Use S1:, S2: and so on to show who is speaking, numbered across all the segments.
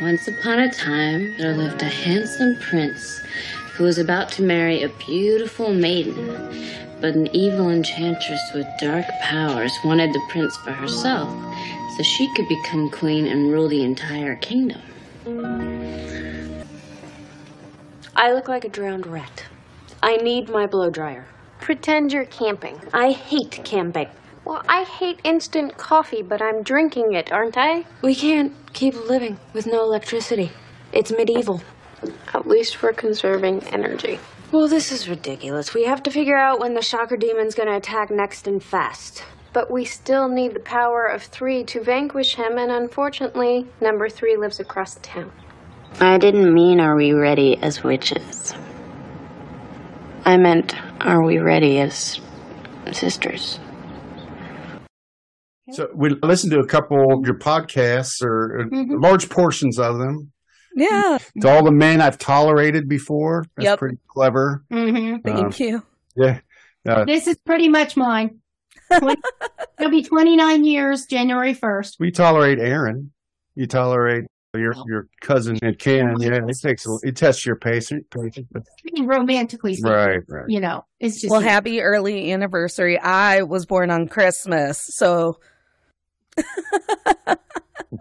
S1: Once upon a time, there lived a handsome prince who was about to marry a beautiful maiden. But an evil enchantress with dark powers wanted the prince for herself so she could become queen and rule the entire kingdom.
S2: I look like a drowned rat. I need my blow dryer.
S3: Pretend you're camping.
S2: I hate camping.
S3: Well, I hate instant coffee, but I'm drinking it, aren't I?
S2: We can't keep living with no electricity. It's medieval.
S3: At least we're conserving energy.
S2: Well, this is ridiculous. We have to figure out when the shocker demon's gonna attack next and fast.
S3: But we still need the power of three to vanquish him, and unfortunately, number three lives across town.
S1: I didn't mean are we ready as witches. I meant are we ready as sisters.
S4: So we listened to a couple of your podcasts or or
S5: Mm-hmm.
S4: large portions of them.
S5: Yeah.
S4: To all the men I've tolerated before. That's
S5: Mm-hmm. Yep.
S4: pretty clever.
S6: Mm-hmm.
S4: Um,
S5: Thank you.
S4: yeah. Uh,
S6: This is pretty much mine. Twen- It'll be 29 years, January 1st.
S4: we tolerate Aaron. You tolerate your your cousin at Cannon. Yeah, it takes a, it tests your patience. patience.
S6: I mean, romantically speaking,
S4: Right, right.
S6: you know, it's just
S5: Well, happy early anniversary. I was born on Christmas, so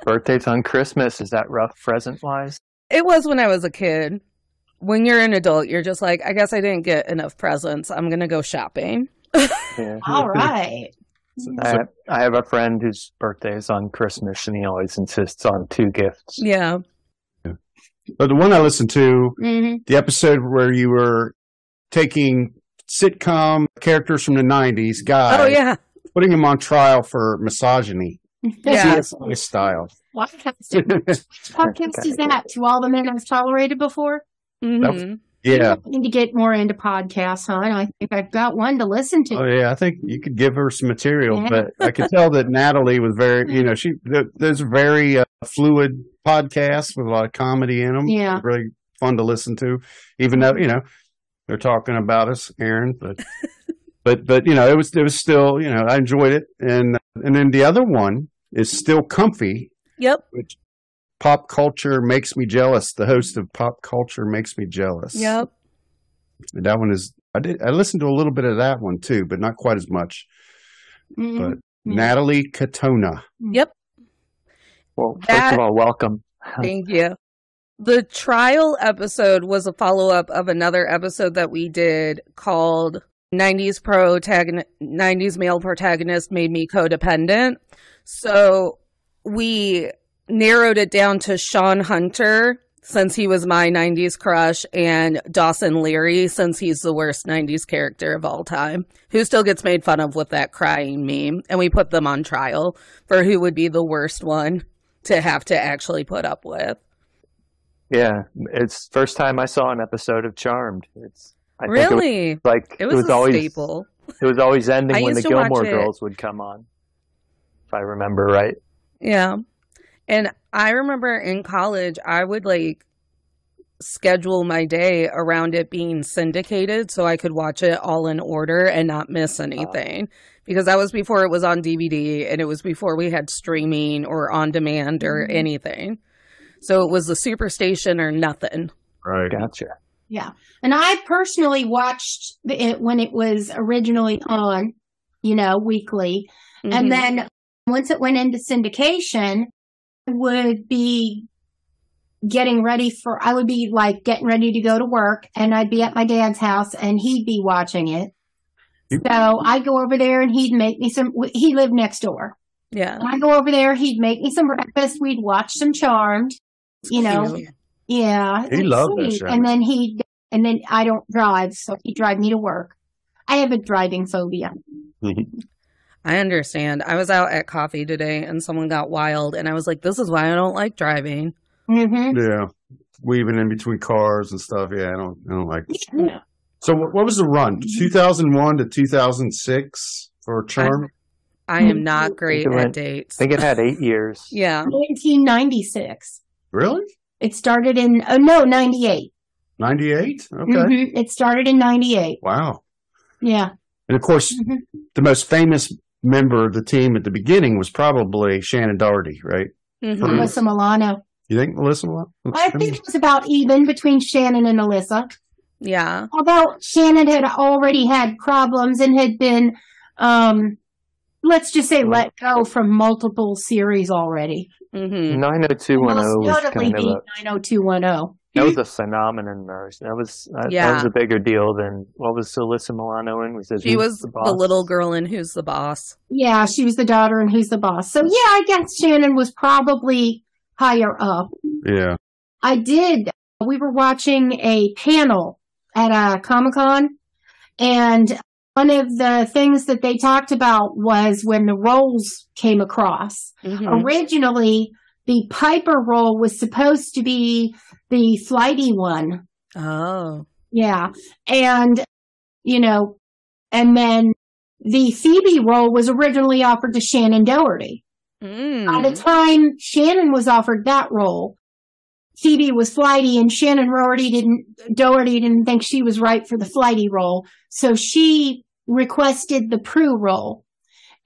S7: Birthdays on Christmas. Is that rough present wise?
S5: it was when I was a kid. When you're an adult, you're just like, I guess I didn't get enough presents. I'm going to go shopping.
S7: Yeah.
S6: all right.
S5: Mm-hmm.
S7: I, have, I have a friend whose birthday is on Christmas and he always insists on two gifts.
S5: Yeah.
S4: But the one I listened to,
S6: hmm
S5: Mm-hmm.
S4: the episode where you were taking sitcom characters from the '90s, guys,
S5: Oh, yeah.
S4: putting them on trial for misogyny,
S5: Yeah.
S4: his style.
S6: Which podcast is that? To all the men I've tolerated before?
S5: hmm
S4: yeah.
S6: I need to get more into podcasts, huh? And I think I've got one to listen to.
S4: Oh yeah, I think you could give her some material,
S6: Yeah.
S4: but I could tell that Natalie was very, you know, she th- there's very uh, fluid podcasts with a lot of comedy in them.
S6: Yeah.
S4: really fun to listen to, even though you know they're talking about us, Aaron. But but but you know, it was it was still you know I enjoyed it, and and then the other one is still comfy.
S5: Yep.
S4: Pop culture makes me jealous. The host of Pop Culture makes me jealous.
S5: Yep.
S4: that one is. I did. I listened to a little bit of that one too, but not quite as much.
S6: Mhm. Yeah.
S4: Natalie Katona.
S5: Yep.
S7: Well, first
S5: That-
S7: of all, welcome.
S5: Thank you. The trial episode was a follow up of another episode that we did called 90s protagonist 90s male protagonist made me codependent. So we narrowed it down to Sean Hunter since he was my 90s crush and Dawson Leary since he's the worst 90s character of all time who still gets made fun of with that crying meme and we put them on trial for who would be the worst one to have to actually put up with.
S7: Yeah. It's first time I saw an episode of Charmed. It's I think it was,
S5: really?
S7: like
S5: it was, a
S7: always
S5: staple.
S7: it was always ending
S5: I
S7: when the
S5: used to watch
S7: Gilmore
S5: it.
S7: girls would come on. If I remember right.
S5: Yeah. And I remember in college, I would like schedule my day around it being syndicated so I could watch it all in order and not miss
S7: Uh-huh.
S5: anything. because that was before it was on DVD and it was before we had streaming or on demand or
S7: Mm-hmm.
S6: Mhm.
S5: anything. So it was the Superstation or nothing.
S4: Right.
S7: Gotcha.
S6: And I personally watched it when it was originally on, you know, weekly.
S5: Mhm.
S6: And
S4: Mm-hmm.
S6: then once it went into syndication, I would be getting ready for, I would be like getting ready to go to work and I'd be at my dad's house and he'd be watching it.
S4: You-
S6: So I'd go over there and he'd make me some, he lived next door.
S5: yeah.
S6: I'd go over there, he'd make me some breakfast. We'd watch some Charmed, you know,
S5: Cute.
S6: yeah.
S4: He
S6: it's
S4: loved that
S6: sweet.
S4: show.
S6: And then he, and then I don't drive, so he'd drive me to work. I have a driving phobia.
S5: I understand. I was out at coffee today and someone got wild and I was like, this is why I don't like driving.
S6: Mm-hmm.
S4: Yeah. Weaving in between cars and stuff. Yeah, I don't. I don't like. So what, what was the run?
S6: Mm-hmm.
S4: Two thousand one to two thousand six for Charm.
S5: I
S7: Mm-hmm.
S5: am not great
S7: it
S5: at
S7: went- I
S5: dates.
S7: think it had eight years.
S5: Yeah.
S6: 1996.
S4: Really?
S6: It started in, oh no, 98.
S4: Ninety eight. Okay.
S6: Mhm. It started in 98.
S4: Wow.
S6: Yeah.
S4: And of course,
S6: Mhm.
S4: the most famous member of the team at the beginning was probably Shannon Doherty, right?
S5: Mhm.
S4: Mhm.
S6: Melissa Milano.
S4: You think Melissa won?
S6: I think it was about even between Shannon and Alyssa.
S5: Yeah.
S6: Although Shannon had already had problems and had been, um, let's just say, let go from multiple series already.
S5: hmm
S7: 90210
S6: Most
S7: was
S6: notably oh
S7: kind of
S6: being
S7: a
S6: 90210.
S7: that was a phenomenon. There. That was uh, that- that
S5: Yeah.
S7: was a bigger deal than what was Alyssa Milano in? Was it
S5: She
S7: Who's
S5: was
S7: the,
S5: the,
S7: Boss?
S5: little girl in Who's the Boss.
S6: Yeah, she was the daughter and who's the boss. So yeah, I guess Shannon was probably higher up.
S4: Yeah.
S6: I did. We were watching a panel at a Comic Con, and one of the things that they talked about was when the roles came across.
S5: Mhm.
S6: Originally, the Piper role was supposed to be the flighty one,
S5: Oh.
S6: Yeah. And, you know, and then the Phoebe role was originally offered to Shannon Doherty.
S7: Oh,
S5: Mm.
S6: By the time Shannon was offered that role, Phoebe was flighty and Shannon Doherty didn't, Doherty didn't think she was right for the flighty role. So she requested the Prue role.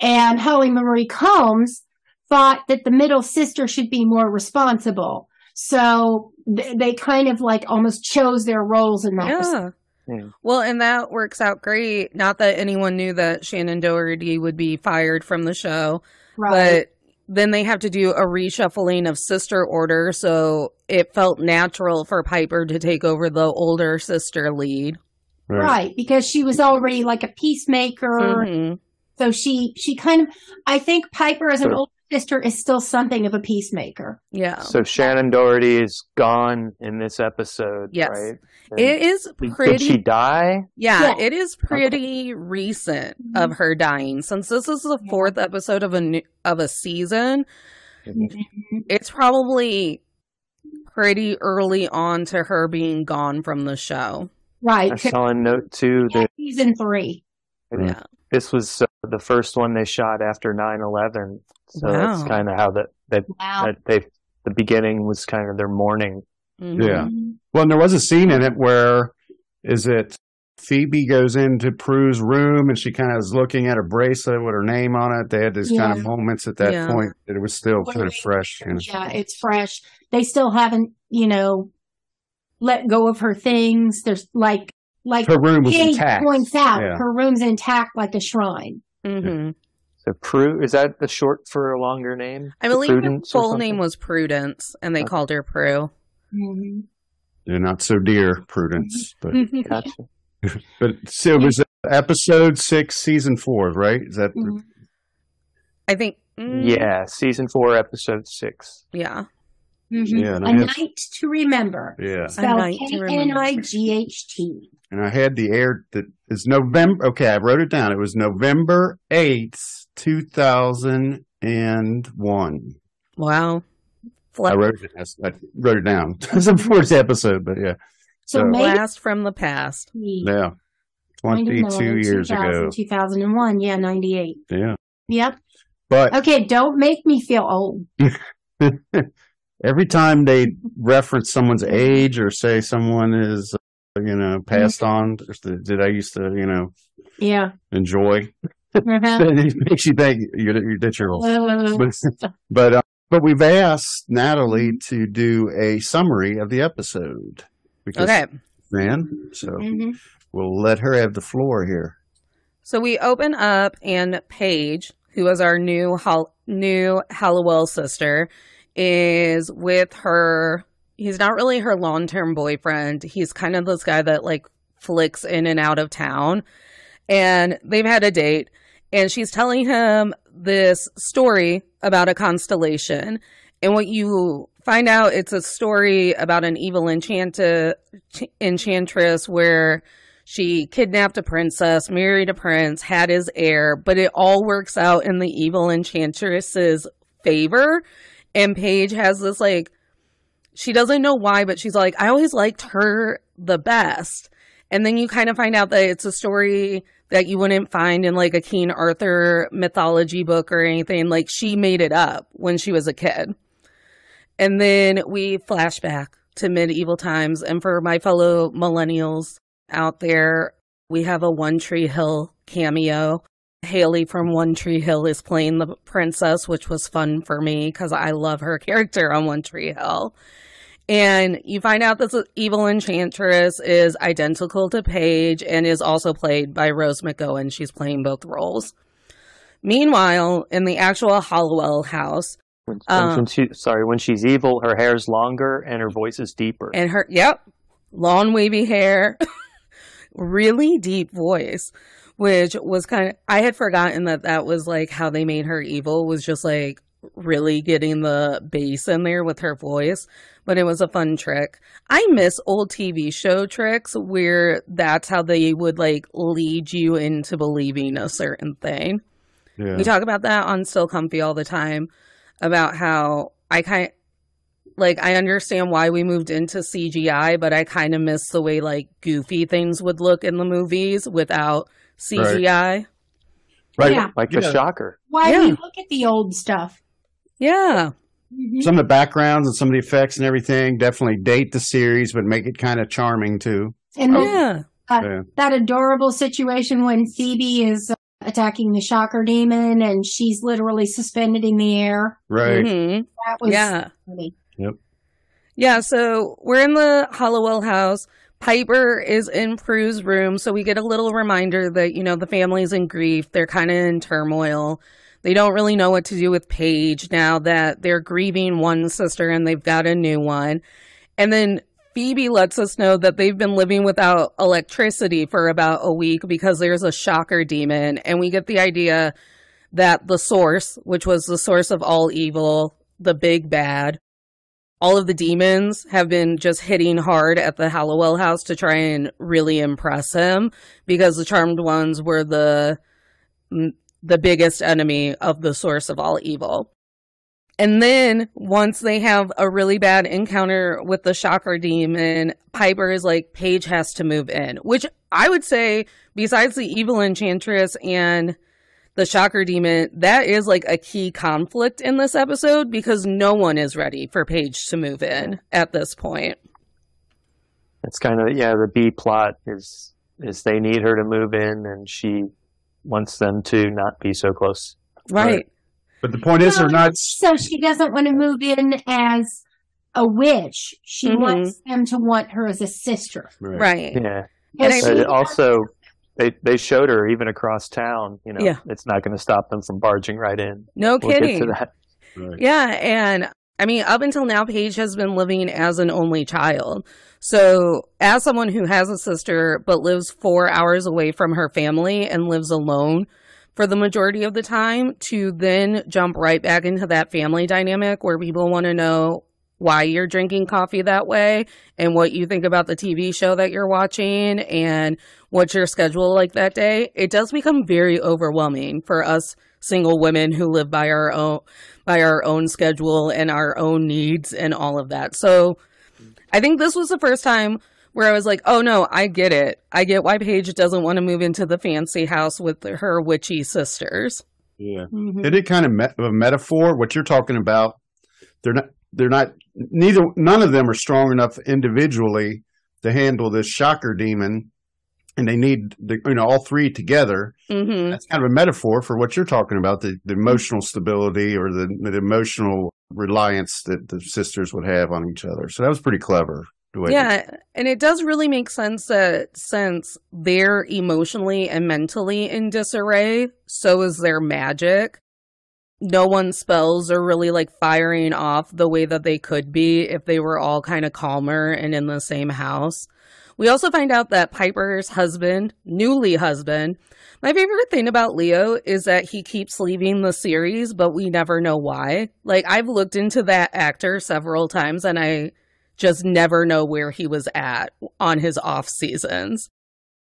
S6: And Holly Marie Combs thought that the middle sister should be more responsible. So th- they kind of like almost chose their roles in that respect.
S5: Yeah.
S7: Yeah.
S5: Well, and that works out great. Not that anyone knew that Shannon Doherty would be fired from the show, but then they have to do a reshuffling of sister order. So it felt natural for Piper to take over the older sister lead.
S6: right. because she was already like a peacemaker
S5: Mhm.
S6: so she she kind of i think piper as an
S7: Sure.
S6: older sister is still something of a peacemaker
S5: Yeah.
S7: So Shannon Doherty is gone in this episode,
S5: Yes.
S7: right? And
S5: it is
S7: did-
S5: pretty.
S7: Did she die?
S5: Yeah,
S6: Yeah.
S5: it is pretty recent of
S6: Mhm.
S5: her dying. Since this is the
S6: Yeah.
S5: fourth episode of a new, of a season,
S7: Mhm.
S5: it's probably pretty early on to her being gone from the show.
S6: right
S7: I saw in note two that
S6: season three
S7: Mhm.
S5: Yeah.
S7: this was uh, the first one they shot after 9-11. So that's
S5: Wow.
S7: kind of how that, that,
S6: wow
S7: that they the beginning was kind of their mourning.
S5: Mhm.
S4: Yeah.
S6: Mm-hmm.
S4: Well, and there was a scene in it where is it Phoebe goes into Prue's room and she kind of is looking at a bracelet with her name on it. They had these kind of
S6: Yeah.
S4: moments at that
S5: Yeah.
S4: point that it was still
S6: Well,
S4: kind of
S6: they-
S4: fresh. you know.
S6: yeah it's fresh they still haven't you know let go of her things there's like like
S4: Her room was
S6: Jay
S4: intact.
S6: points out
S4: Yeah.
S6: her room's intact like a shrine
S5: Mhm.
S7: So Prue, is that the short for a longer name?
S5: I believe
S7: Prudence
S5: her
S7: or
S5: full
S7: something?
S5: name was Prudence, and they
S7: Okay.
S5: called her Prue.
S6: Mm-hmm.
S4: You're not so dear, Prudence. But,
S7: Gotcha.
S4: but so it was episode six, season four, right? Is that
S6: Mhm.
S5: I think. mm,
S7: Yeah, season four, episode six.
S5: Yeah.
S6: Mhm.
S4: yeah? And I,
S6: a
S4: had,
S6: night to remember
S4: yeah,
S5: night
S6: spelled
S5: to remember.
S6: k-n-i-g-h-t
S4: and I had the air that is November. Okay, I wrote it down. It was November eighth, two thousand and one.
S5: Wow.
S4: I
S5: Fla-
S4: wrote it. as- I wrote it down. it's the fourth episode, but yeah.
S6: so,
S4: So-
S6: maybe
S5: blast from the past.
S4: Yeah. 22 years ago.
S6: 2001. Yeah, 98.
S4: Yeah.
S6: Yep.
S4: But
S6: Okay, don't make me feel old.
S4: every time they reference someone's age or say someone is, uh, you know, passed
S6: Mm-hmm.
S4: on, did I used to, you know,
S6: Yeah.
S4: enjoy?
S6: Uh-huh.
S4: it makes you think you're, you're that you're old.
S6: Uh,
S4: But, but, uh, but we've asked Natalie to do a summary of the episode. Because
S5: Okay.
S4: Man, so
S6: mhm.
S4: we'll let her have the floor here.
S5: So we open up, and Paige, who is our new Hol- new Hallowell sister, is with her. He's not really her long term boyfriend. He's kind of this guy that like flicks in and out of town, and they've had a date. And she's telling him this story about a constellation, and what you find out it's a story about an evil enchanted enchantress where she kidnapped a princess, married a prince, had his heir, but it all works out in the evil enchantress's favor. And Paige has this like, she doesn't know why, but she's like, I always liked her the best. And then you kind of find out that it's a story that you wouldn't find in like a King Arthur mythology book or anything. Like she made it up when she was a kid. And then we flash back to medieval times. And for my fellow millennials, out there. We have a One Tree Hill cameo Haley from One Tree Hill is playing the princess, which was fun for me because I love her character on One Tree Hill. And you find out this evil enchantress is identical to Paige and is also played by Rose McGowan. She's playing both roles. Meanwhile, in the actual Hollowell house,
S7: When,
S5: Um,
S7: when she, sorry, when she's evil, her hair's longer and her voice is deeper.
S5: and her yep long wavy hair really deep voice which was kind of i had forgotten that that was like how they made her evil was just like really getting the bass in there with her voice but it was a fun trick i miss old tv show tricks where that's how they would like lead you into believing a certain thing
S4: Yeah.
S5: we talk about that on Still Comfy all the time about how I kind like I understand why we moved into CGI, but I kind of miss the way like goofy things would look in the movies without CGI.
S4: right.
S6: Yeah.
S7: like
S4: Yeah.
S7: the shocker.
S6: Why
S5: Yeah.
S6: do you look at the old stuff?
S5: Yeah. Mm-hmm.
S4: Some of the backgrounds and some of the effects and everything definitely date the series, but make it kind of charming too.
S6: And then
S5: Yeah.
S6: that adorable situation when Phoebe is uh, attacking the shocker demon and she's literally suspended in the air.
S4: Right.
S5: Mhm.
S6: That was
S5: Yeah.
S6: funny.
S5: Yeah, so we're in the Hollowell house. Piper is in Prue's room, so we get a little reminder that, you know, the family's in grief. They're kind of in turmoil. They don't really know what to do with Paige now that they're grieving one sister and they've got a new one. And then Phoebe lets us know that they've been living without electricity for about a week because there's a shocker demon. And we get the idea that the source, which was the source of all evil, the big bad, all of the demons have been just hitting hard at the Hallowell house to try and really impress him because the charmed ones were the m- the biggest enemy of the source of all evil. And then once they have a really bad encounter with the shocker demon, Piper is like Paige has to move in, which I would say besides the evil enchantress and the shocker demon that is like a key conflict in this episode because no one is ready for paige to move in at this point
S7: It's kind of yeah. The B plot is is they need her to move in, and she wants them to not be so close.
S5: right,
S4: Right. But the point is, they're
S6: Well,
S4: not.
S6: So she doesn't want to move in as a witch. She
S5: Mhm.
S6: wants them to want her as a sister.
S5: right
S7: Yeah,
S5: And
S6: Well,
S5: I-
S6: she
S7: and
S6: wants-
S7: also they they showed her even across town. You know,
S5: Yeah.
S7: it's not going to stop them from barging right in.
S5: no
S7: We'll get to
S5: kidding
S7: that.
S4: Right.
S5: yeah and i mean up until now paige has been living as an only child so as someone who has a sister but lives four hours away from her family and lives alone for the majority of the time to then jump right back into that family dynamic where people want to know why you're drinking coffee that way and what you think about the TV show that you're watching and what's your schedule like that day. It does become very overwhelming for us single women who live by our own by our own schedule and our own needs and all of that. So I think this was the first time where I was like, oh no, I get it. I get why Paige doesn't want to move into the fancy house with her witchy sisters.
S4: Yeah.
S5: Mm-hmm.
S6: Mhm.
S4: It is kind of me- a metaphor. What you're talking about, they're not. They're not. Neither. None of them are strong enough individually to handle this shocker demon, and they need the, you know all three together.
S5: Mm-hmm.
S4: That's kind of a metaphor for what you're talking about the, the emotional stability or the, the emotional reliance that the sisters would have on each other. So that was pretty clever. The way
S5: Yeah, and it does really make sense that since they're emotionally and mentally in disarray, so is their magic. No one's spells are really like firing off the way that they could be if they were all kind of calmer and in the same house. We also find out that Piper's husband, newly husband, my favorite thing about Leo is that he keeps leaving the series, but we never know why. Like, I've looked into that actor several times and I just never know where he was at on his off seasons.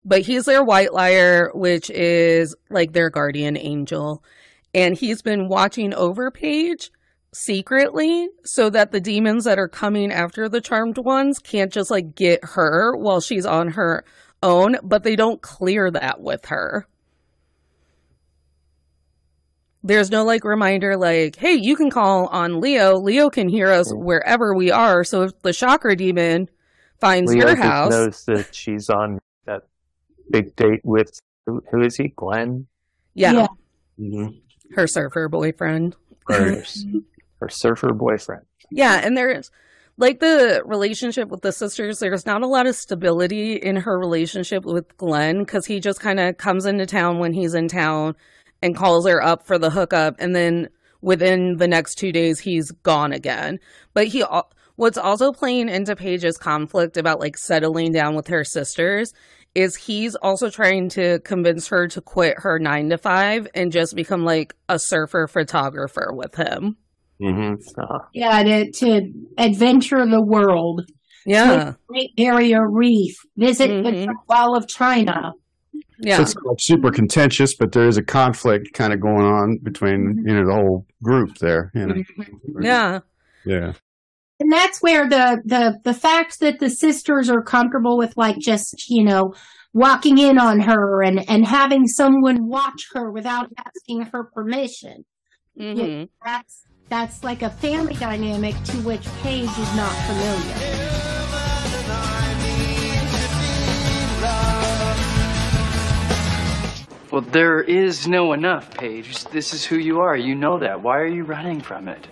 S5: But he's their white liar, which is like their guardian angel. And he's been watching over Paige secretly so that the demons that are coming after the charmed ones can't just like get her while she's on her own, but they don't clear that with her. There's no like reminder, like, hey, you can call on Leo. Leo can hear us
S7: Mm.
S5: wherever we are. So if the chakra demon finds
S7: Leo
S5: your
S7: just
S5: house,
S7: knows that she's on that big date with who, who is he? Glenn.
S5: Yeah,
S6: Yeah.
S4: Mhm.
S5: her surfer boyfriend.
S7: her, her surfer boyfriend.
S5: Yeah, and there's like the relationship with the sisters, there's not a lot of stability in her relationship with Glenn because he just kind of comes into town when he's in town and calls her up for the hookup. And then within the next two days, he's gone again. But he, al- what's also playing into Paige's conflict about like settling down with her sisters is he's also trying to convince her to quit her nine to five and just become like a surfer photographer with him.
S4: Mhm.
S7: Uh,
S6: Yeah, to, to adventure the world,
S5: Yeah.
S6: Great Barrier Reef, visit
S5: Mhm.
S6: the Wall of China.
S5: Yeah.
S4: So it's like super contentious, but there is a conflict kind of going on between you know the whole group there. You know?
S5: Mm-hmm. Yeah.
S4: Yeah.
S6: And that's where the, the, the fact that the sisters are comfortable with like just, you know, walking in on her and, and having someone watch her without asking her permission.
S5: Mhm.
S6: That's, that's like a family dynamic to which Paige is not familiar.
S8: Well, there is no enough, Paige. This is who you are. You know that. Why are you running from it?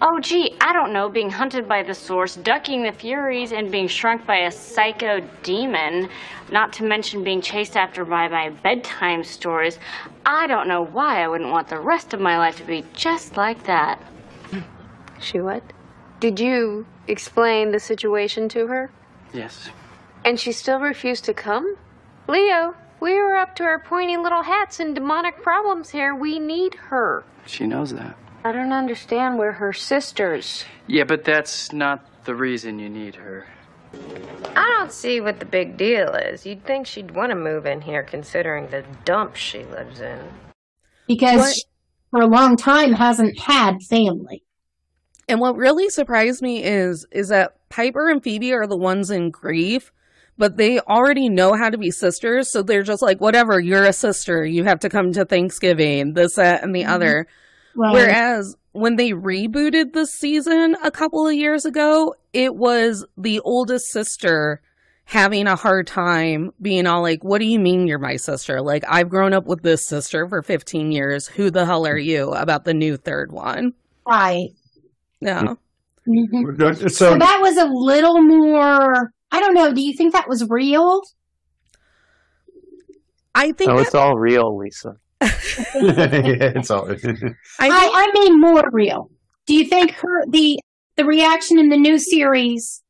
S1: Oh, gee, I don't know. Being hunted by the source, ducking the furies, and being shrunk by a psycho demon, not to mention being chased after by my bedtime stories. I don't know why I wouldn't want the rest of my life to be just like that.
S3: She what? Did you explain the situation to her?
S8: Yes.
S3: And she still refused to come? Leo, we are up to our pointy little hats and demonic problems here. We need her.
S8: She knows that.
S3: I don't understand. We're her sisters.
S8: Yeah, but that's not the reason you need her.
S9: I don't see what the big deal is. You'd think she'd want to move in here considering the dump she lives in.
S6: Because
S5: What-
S6: she, for a long time hasn't had family.
S5: And what really surprised me is is that Piper and Phoebe are the ones in grief, but they already know how to be sisters, so they're just like, whatever, you're a sister, you have to come to Thanksgiving, this, that, and the other.
S7: Um,
S6: Right.
S5: Whereas when they rebooted the season a couple of years ago, it was the oldest sister having a hard time being all like, What do you mean you're my sister? Like, I've grown up with this sister for 15 years. Who the hell are you about the new third one?
S6: right.
S7: Mm.
S5: Yeah.
S6: Mhm.
S5: Mm-hmm.
S6: So
S4: uh, So
S6: that was a little more. I don't know. Do you think that was real?
S5: I think
S7: no,
S5: that-
S7: it's all real, Lisa.
S4: yeah, it's all.
S5: I, think-
S6: I, I mean, more real. Do you think her the the reaction in the new series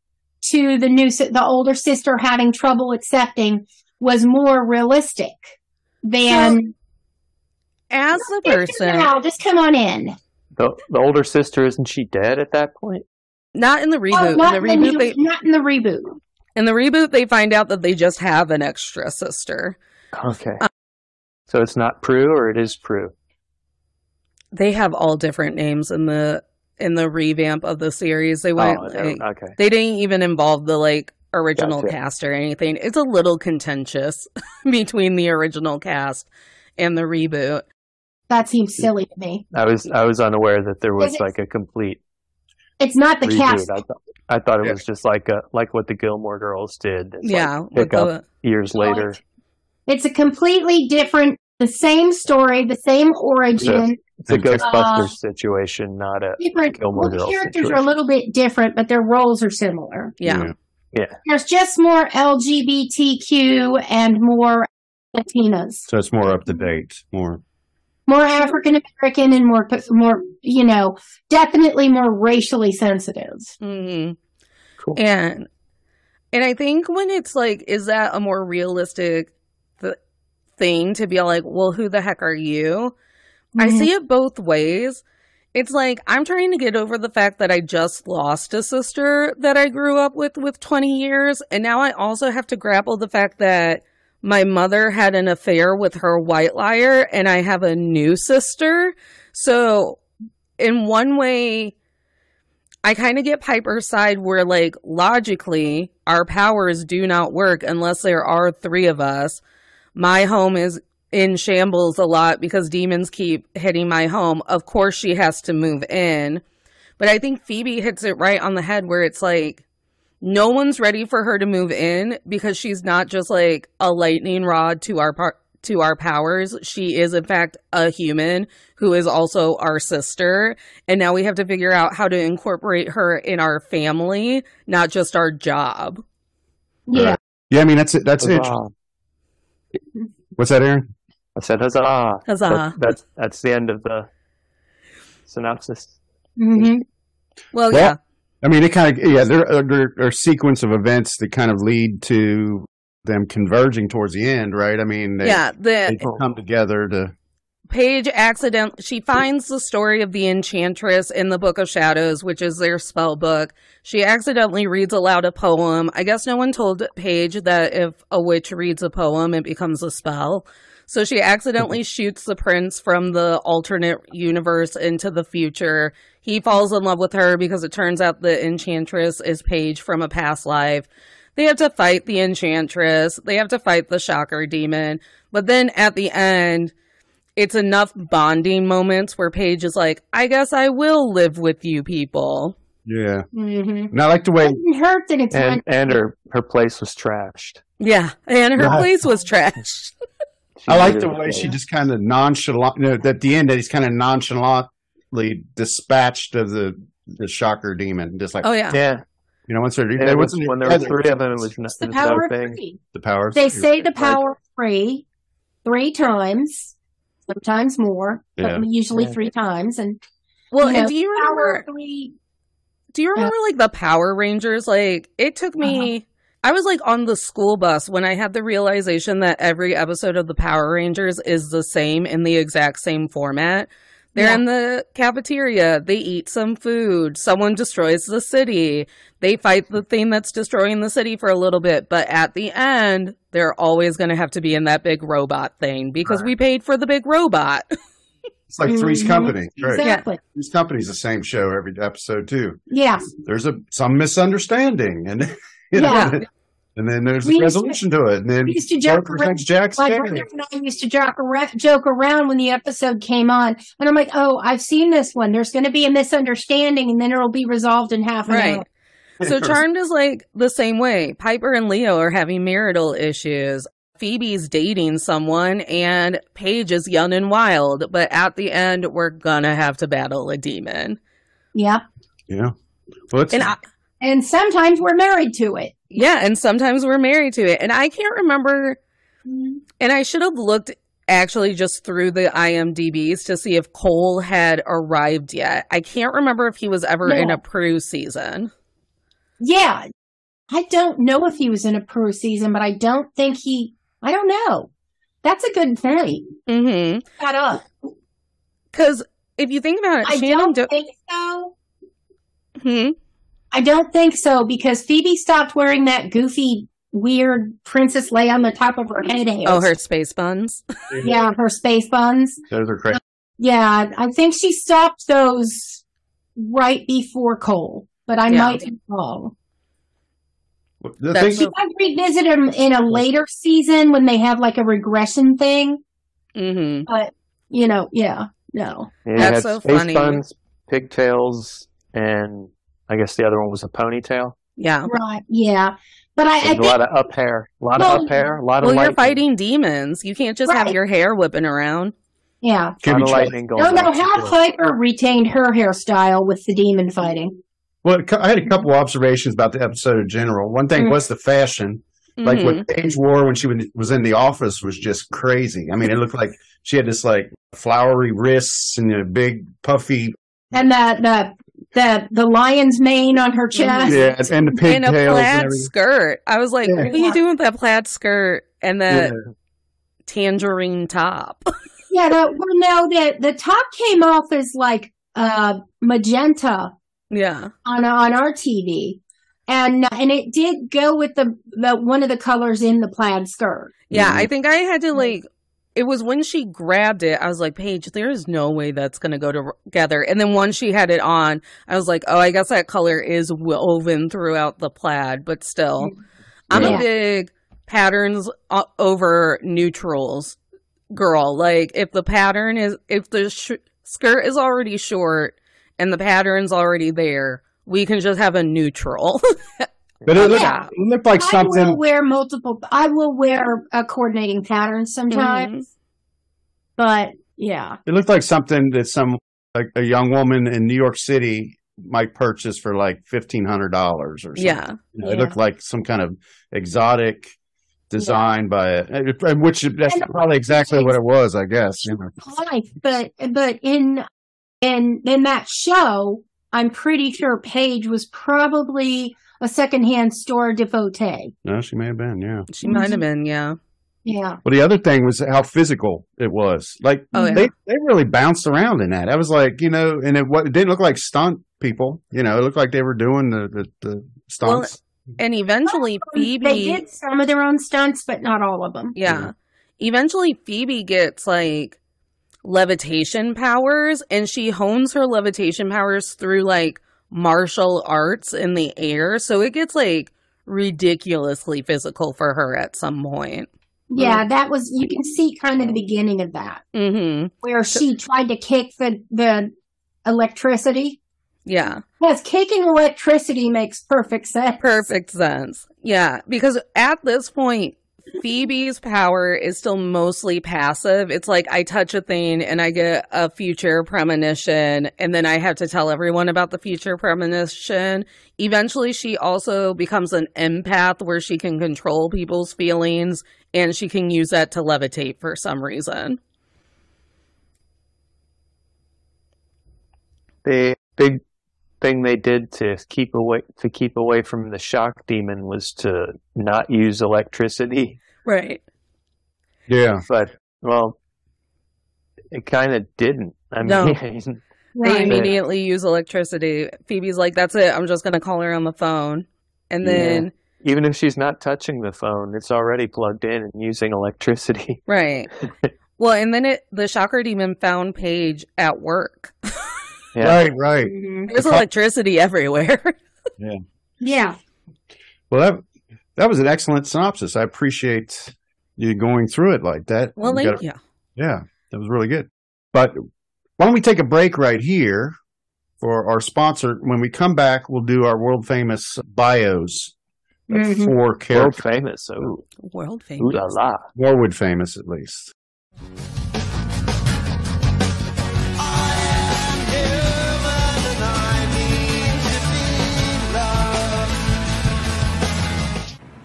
S6: to the new si- the older sister having trouble accepting was more realistic than
S5: as the person,
S6: now? Just come on in.
S7: The, the older sister isn't she dead at that point?
S5: not in the reboot.
S6: Oh, not,
S5: in the
S6: in the
S5: reboot, they,
S6: not in the reboot.
S5: in the reboot, they find out that they just have an extra sister.
S7: Okay.
S6: Uh,
S7: so it's not Prue, or it is Prue.
S5: They have all different names in the in the revamp of the series. They went.
S7: oh,
S5: like-
S7: no, okay.
S5: They didn't even involve the like original
S7: Gotcha.
S5: cast or anything. It's a little contentious between the original cast and the reboot.
S6: That seems silly to me.
S7: I was I was unaware that there
S6: Is
S7: was
S6: it-
S7: like a complete
S6: It's not the
S7: reboot.
S6: cast.
S7: I thought I thought it
S4: Yeah.
S7: was just like a like what the Gilmore Girls did. It's like
S5: yeah, with
S7: pick up. years
S6: Right.
S7: later.
S6: It's a completely different, the same story, the same origin.
S7: It's a
S4: Okay.
S7: Ghostbusters
S6: Uh,
S7: situation, not a
S6: different.
S7: Gilmore
S6: well, the
S7: Girls
S6: characters
S7: situation.
S6: are a little bit different, but their roles are similar.
S5: the yeah.
S6: There's just more LGBTQ and more Latinas,
S4: So it's more up to date. More. uh,
S6: more African American, and more more you know, definitely more racially sensitive.
S5: hmm
S7: Cool.
S5: And and I think when it's like, is that a more realistic th- thing to be like, well, who the heck are you? I
S6: Mm-hmm.
S5: see it both ways. It's like I'm trying to get over the fact that I just lost a sister that I grew up with with 20 years and now I also have to grapple the fact that my mother had an affair with her white liar and I have a new sister. So in one way I kind of get Piper's side where like logically our powers do not work unless there are 3 of us. My home is in shambles a lot because demons keep hitting my home. Of course, she has to move in. But I think Phoebe hits it right on the head where it's like, no one's ready for her to move in because she's not just like a lightning rod to our par- to our powers. She is, in fact, a human who is also our sister. And now we have to figure out how to incorporate her in our family, not just our job.
S6: Yeah.
S4: Yeah, I mean that's it. That's it.
S7: Huzzah.
S4: What's that, Aaron?
S7: I said
S4: Uh,
S7: huzzah.
S5: Huzzah.
S6: uh,
S7: That's, that's, that's the end of the synopsis.
S6: hmm
S4: Well-
S5: Well, yeah.
S4: I mean, it kind of yeah. There are, there are sequence of events that kind of lead to them converging towards the end, right? I mean, they,
S5: yeah. The,
S4: they come together to
S5: Paige accident she finds the story of the enchantress in the Book of Shadows, which is their spell book. She accidentally reads aloud a poem. I guess no one told Paige that if a witch reads a poem it becomes a spell. So she accidentally shoots the prince from the alternate universe into the future. He falls in love with her because it turns out the enchantress is Paige from a past life. They have to fight the enchantress. They have to fight the shocker demon. But then at the end, it's enough bonding moments where Paige is like, I guess I will live with you people.
S4: yeah.
S6: hmm
S4: And I like the way
S6: Doesn't hurt that it's
S7: And and her her place was trashed.
S5: Yeah. And her
S4: Right.
S5: place was trash.
S7: She
S4: I like
S7: hated
S4: the way
S7: it there.
S4: she just kind of nonchalant. You know, at the end, that he's kind of nonchalantly dispatched of the the shocker demon, just like
S5: Oh, yeah.
S7: yeah.
S4: you know, once they're
S7: And it was, when there were three of them, it was not
S6: It's the
S7: it was no
S6: power of
S7: thing.
S6: three.
S4: the powers.
S6: They say the power of three three times, sometimes more,
S4: Yeah.
S6: but usually
S7: Yeah.
S6: three times. And
S5: Well, and
S6: know,
S5: do you
S6: power
S5: remember?
S6: of three.
S5: Do you remember like the Power Rangers? Like it took me I was like on the school bus when I had the realization that every episode of the Power Rangers is the same in the exact same format. They're
S6: Yeah.
S5: in the cafeteria, they eat some food, someone destroys the city, they fight the thing that's destroying the city for a little bit, but at the end, they're always going to have to be in that big robot thing because we paid for the big robot.
S4: It's like Three's
S6: Mhm.
S4: Company. Right.
S6: Exactly.
S4: Three's Company's the same show every episode too.
S6: Yeah.
S4: There's a some misunderstanding, and you know,
S6: Yeah.
S4: and then there's
S6: We
S4: a
S6: used to-
S4: resolution to it, and then
S6: we used to joke
S4: Parker
S6: around-
S4: thinks Jack's
S6: My
S4: dead.
S6: brother and I used to joke around, joke around when the episode came on, and I'm like, "Oh, I've seen this one. There's going to be a misunderstanding, and then it'll be resolved in half an
S5: Right.
S6: hour."
S5: So Charmed is like the same way. Piper and Leo are having marital issues. Phoebe's dating someone and Paige is young and wild, but at the end we're gonna have to battle a demon.
S6: Yep.
S4: Yeah. Well, it's,
S5: And I,
S6: And sometimes we're married to it.
S5: yeah, and sometimes we're married to it. And I can't remember and I should have looked actually just through the IMDBs to see if Cole had arrived yet. I can't remember if he was ever in
S6: No.
S5: a Prue season.
S6: Yeah. I don't know if he was in a Peru season, but I don't think he. I don't know. That's a good point.
S5: Mm-hmm.
S6: Got up.
S5: Cause if you think about it,
S6: I
S5: Shannon
S6: don't think so.
S5: do- hmm?
S6: I don't think so because Phoebe stopped wearing that goofy, weird princess lay on the top of her head. hair.
S5: Oh, her space buns.
S6: Yeah, her space buns.
S4: those are crazy.
S6: Yeah, I think she stopped those right before Cole, but I
S5: Yeah.
S6: might be wrong.
S4: The
S5: That's-
S6: She
S4: thing,
S6: might revisit him in a later season when they have like a regression thing.
S5: Mm-hmm.
S6: You know, yeah, no.
S7: Yeah, you
S5: That's
S7: had
S5: so
S7: space
S5: funny.
S7: buns, pigtails, and I guess the other one was a ponytail.
S5: Yeah.
S6: Right, yeah. But I, I
S7: There's a
S6: think
S7: lot of up hair, a lot
S6: Well,
S7: of up hair, a lot
S5: Well,
S7: of
S5: you're
S7: lightning,
S5: fighting demons. You can't just have
S6: Right.
S5: your hair whipping around.
S6: yeah.
S7: a lot
S4: Kimmy
S7: of
S4: Schmidt.
S7: lightning going.
S6: I don't know
S7: back and
S6: how
S7: forth.
S6: Piper retained her hairstyle with the demon fighting.
S4: Well, I had a couple observations about the episode in general. One thing
S6: Mhm.
S4: was the fashion. Like
S5: Mhm.
S4: what
S6: Mm-hmm.
S4: Paige wore when she was- was in the office was just crazy. I mean, it looked like she had this like flowery wrists and a big puffy
S6: And the the the, the lion's mane on her chest.
S4: yeah, and the
S5: in a
S4: pigtails and
S5: plaid
S4: everything.
S5: skirt. I was like,
S4: Yeah.
S5: what are you doing with that plaid skirt and that tangerine top?
S6: Yeah, no, well, no, the the top came off as like uh magenta
S5: yeah.
S6: on on our TV, and uh, and it did go with the, the one of the colors in the plaid skirt.
S5: Yeah.
S6: Mm-hmm.
S5: I think I had to like, it was when she grabbed it, I was like, Paige, there is no way that's going to go to- together. And then once she had it on, I was like, oh, I guess that color is woven throughout the plaid, but still. I'm a
S6: Mm-hmm. Yeah.
S5: big patterns o- over neutrals girl. Like if the pattern is if the sh- skirt is already short and the pattern's already there, we can just have a neutral
S4: But it looked,
S6: Yeah.
S4: it looked like
S6: I will
S4: something.
S6: wear multiple. I will wear a coordinating pattern sometimes, Mm-hmm. but yeah,
S4: It looked like something that some like a young woman in New York City might purchase for like fifteen hundred dollars or something.
S5: Yeah.
S4: You know, It
S6: Yeah.
S4: looked like some kind of exotic design by it, and which that's
S6: And-
S4: probably exactly what it was, I guess. you know.
S6: life. But but in in in that show, I'm pretty sure Paige was probably a secondhand store devotee.
S4: No, she may have been, yeah.
S5: She might
S6: Mm-hmm.
S5: have been, yeah.
S6: Yeah,
S4: Well, the other thing was how physical it was. Like
S5: Oh, yeah.
S4: they, they really bounced around in that. I was like, you know, and it, wa- it didn't look like stunt people. You know, it looked like they were doing the the, the stunts.
S5: And eventually Phoebe
S6: they did some of their own stunts, but not all of them.
S5: Yeah. Eventually Phoebe gets like levitation powers and she hones her levitation powers through like martial arts in the air. So it gets like ridiculously physical for her at some point.
S6: Yeah, that was you can see kind of the beginning of that
S5: Mhm.
S6: where she tried to kick the the electricity.
S5: Yeah.
S6: Yes, kicking electricity makes perfect sense.
S5: Perfect sense. Yeah, because at this point Phoebe's power is still mostly passive. It's like I touch a thing and I get a future premonition, and then I have to tell everyone about the future premonition. Eventually, she also becomes an empath where she can control people's feelings and she can use that to levitate for some reason.
S7: The big thing they did to keep away to keep away from the shock demon was to not use electricity.
S5: Right.
S4: Yeah.
S7: But well, it kind of didn't. I
S5: No.
S7: mean,
S5: They
S6: Right.
S5: immediately use electricity. Phoebe's like, that's it. I'm just going to call her on the phone. And
S7: Yeah.
S5: then.
S7: even if she's not touching the phone, it's already plugged in and using electricity.
S5: Right. well, and then it the shocker demon found Paige at work.
S7: Yeah.
S4: Right, right.
S6: Mm-hmm.
S5: There's electricity everywhere.
S6: Yeah.
S4: Well, that that was an excellent synopsis. I appreciate you going through it like that.
S5: well,
S4: You
S5: thank
S4: got-
S5: you.
S4: Yeah, that was really good. But why don't we take a break right here for our sponsor? When we come back, we'll do our world famous bios of
S5: Mm-hmm.
S6: Mhm.
S4: four
S7: World
S4: characters,
S7: famous. Oh,
S5: World famous.
S7: ooh la la.
S4: Norwood famous at least.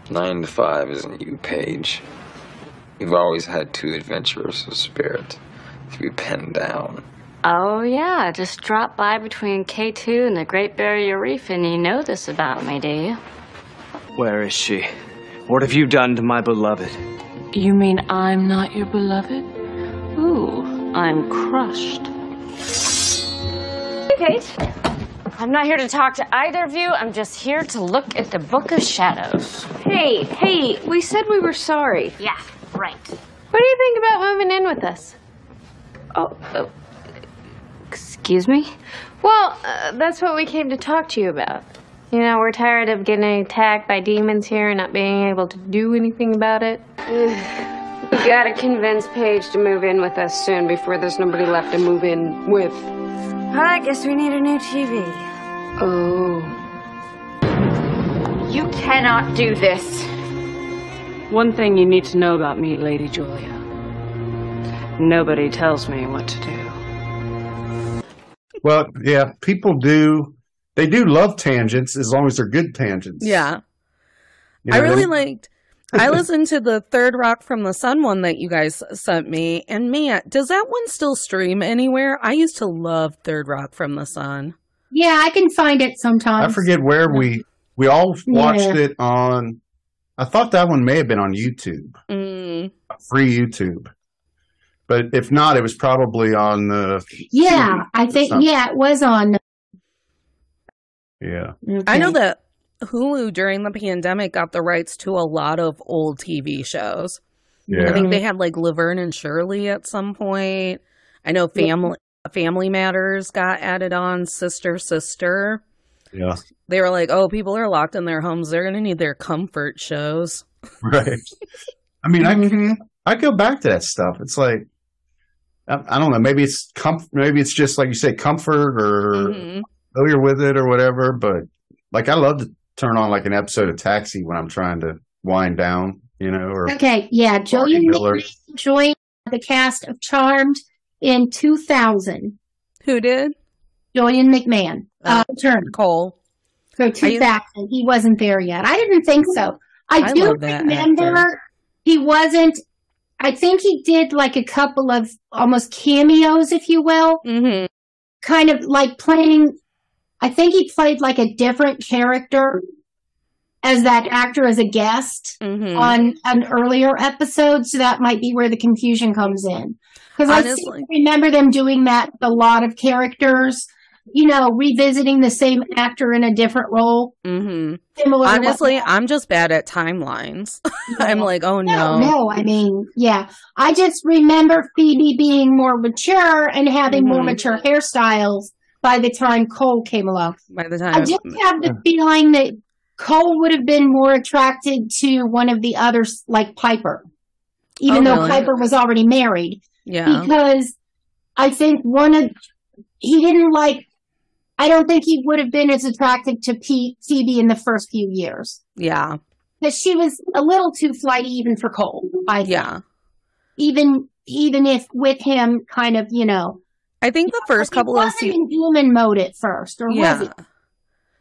S10: Nine to five isn't you, Paige. You've always had two adventurers of spirit to be pinned down.
S9: Oh, yeah, just drop by between K2 and the Great Barrier Reef, and you know this about me, do you?
S8: Where is she? What have you done to my beloved?
S9: You mean I'm not your beloved? Ooh, I'm crushed. Hey, Paige. I'm not here to talk to either of you. I'm just here to look at the Book of Shadows.
S3: Hey, hey, we said we were sorry.
S9: Yeah, right.
S3: What do you think about moving in with us?
S9: Oh, oh. excuse me?
S3: Well, uh, that's what we came to talk to you about. You know, we're tired of getting attacked by demons here and not being able to do anything about it. we gotta convince Paige to move in with us soon before there's nobody left to move in with.
S2: I guess we need a new TV.
S3: Oh.
S9: You cannot do this.
S11: One thing you need to know about me, Lady Julia. Nobody tells me what to do.
S4: Well, yeah, people do. They do love tangents as long as they're good tangents.
S5: Yeah.
S4: You know
S5: I
S4: what
S5: really
S4: mean?
S5: liked I listened to the Third Rock from the Sun one that you guys sent me, and man, does that one still stream anywhere? I used to love Third Rock from the Sun.
S6: Yeah, I can find it
S4: I
S6: sometimes.
S4: forget where we we all watched
S6: Yeah.
S4: it on. I thought that one may have been on YouTube,
S5: Mm.
S4: free YouTube. But if not, it was probably on the
S6: Yeah, I think
S4: Something.
S6: yeah, it was on.
S4: yeah.
S5: I know that Hulu during the pandemic got the rights to a lot of old TV shows. I think they had like Laverne and Shirley at some point. I know
S6: Yeah.
S5: family Family Matters got added on. Sister Sister.
S4: yeah,
S5: They were like, oh, people are locked in their homes. They're gonna need their comfort shows.
S4: right. I mean, I
S6: Mhm.
S4: I go back to that stuff. It's like I, I don't know. Maybe it's comf- Maybe it's just like you say, comfort or
S6: Mm-hmm.
S5: Mhm.
S4: familiar with it or whatever. But like, I loved turn on like an episode of Taxi when I'm trying to wind down, you know, or
S6: Okay, yeah, Joey
S4: Barney
S6: Miller
S4: Miller.
S6: joined the cast of Charmed in 2000.
S5: Who did?
S6: Julian McMahon. Uh, Turner.
S5: Cole.
S6: So 2000. He wasn't there yet. I didn't think so. I,
S5: I
S6: do
S5: love that
S6: remember
S5: actor.
S6: he wasn't. I think he did like a couple of almost cameos, if you will.
S5: Mm-hmm.
S6: Kind of like playing. I think he played like a different character as that actor as a guest
S5: Mm-hmm. Mm.
S6: on an earlier episode. So that might be where the confusion comes in. Because I seem
S5: Honestly.
S6: to remember them doing that with a lot of characters, you know, revisiting the same actor in a different role.
S5: Mm-hmm.
S6: Similar to what-
S5: Honestly, I'm just bad at timelines. I'm like, oh no.
S6: No, no, I mean, yeah. I just remember Phoebe being more mature and having more
S5: Mhm.
S6: mature hairstyles by the time Cole came along.
S5: By the
S6: I
S5: time
S6: just have the feeling that Cole would have been more attracted to one of the others, like Piper, even
S5: Oh,
S6: though
S5: really?
S6: Piper was already married.
S5: Yeah.
S6: Because I think one of, he didn't like, I don't think he would have been as attractive to Pete, Phoebe in the first few years.
S5: Yeah.
S6: But she was a little too flighty even for Cole. I think.
S5: Yeah.
S6: Even even if with him, kind of, you know.
S5: I think the first couple of
S6: wasn't in gloom and mode at first, or was
S5: Yeah.
S6: it?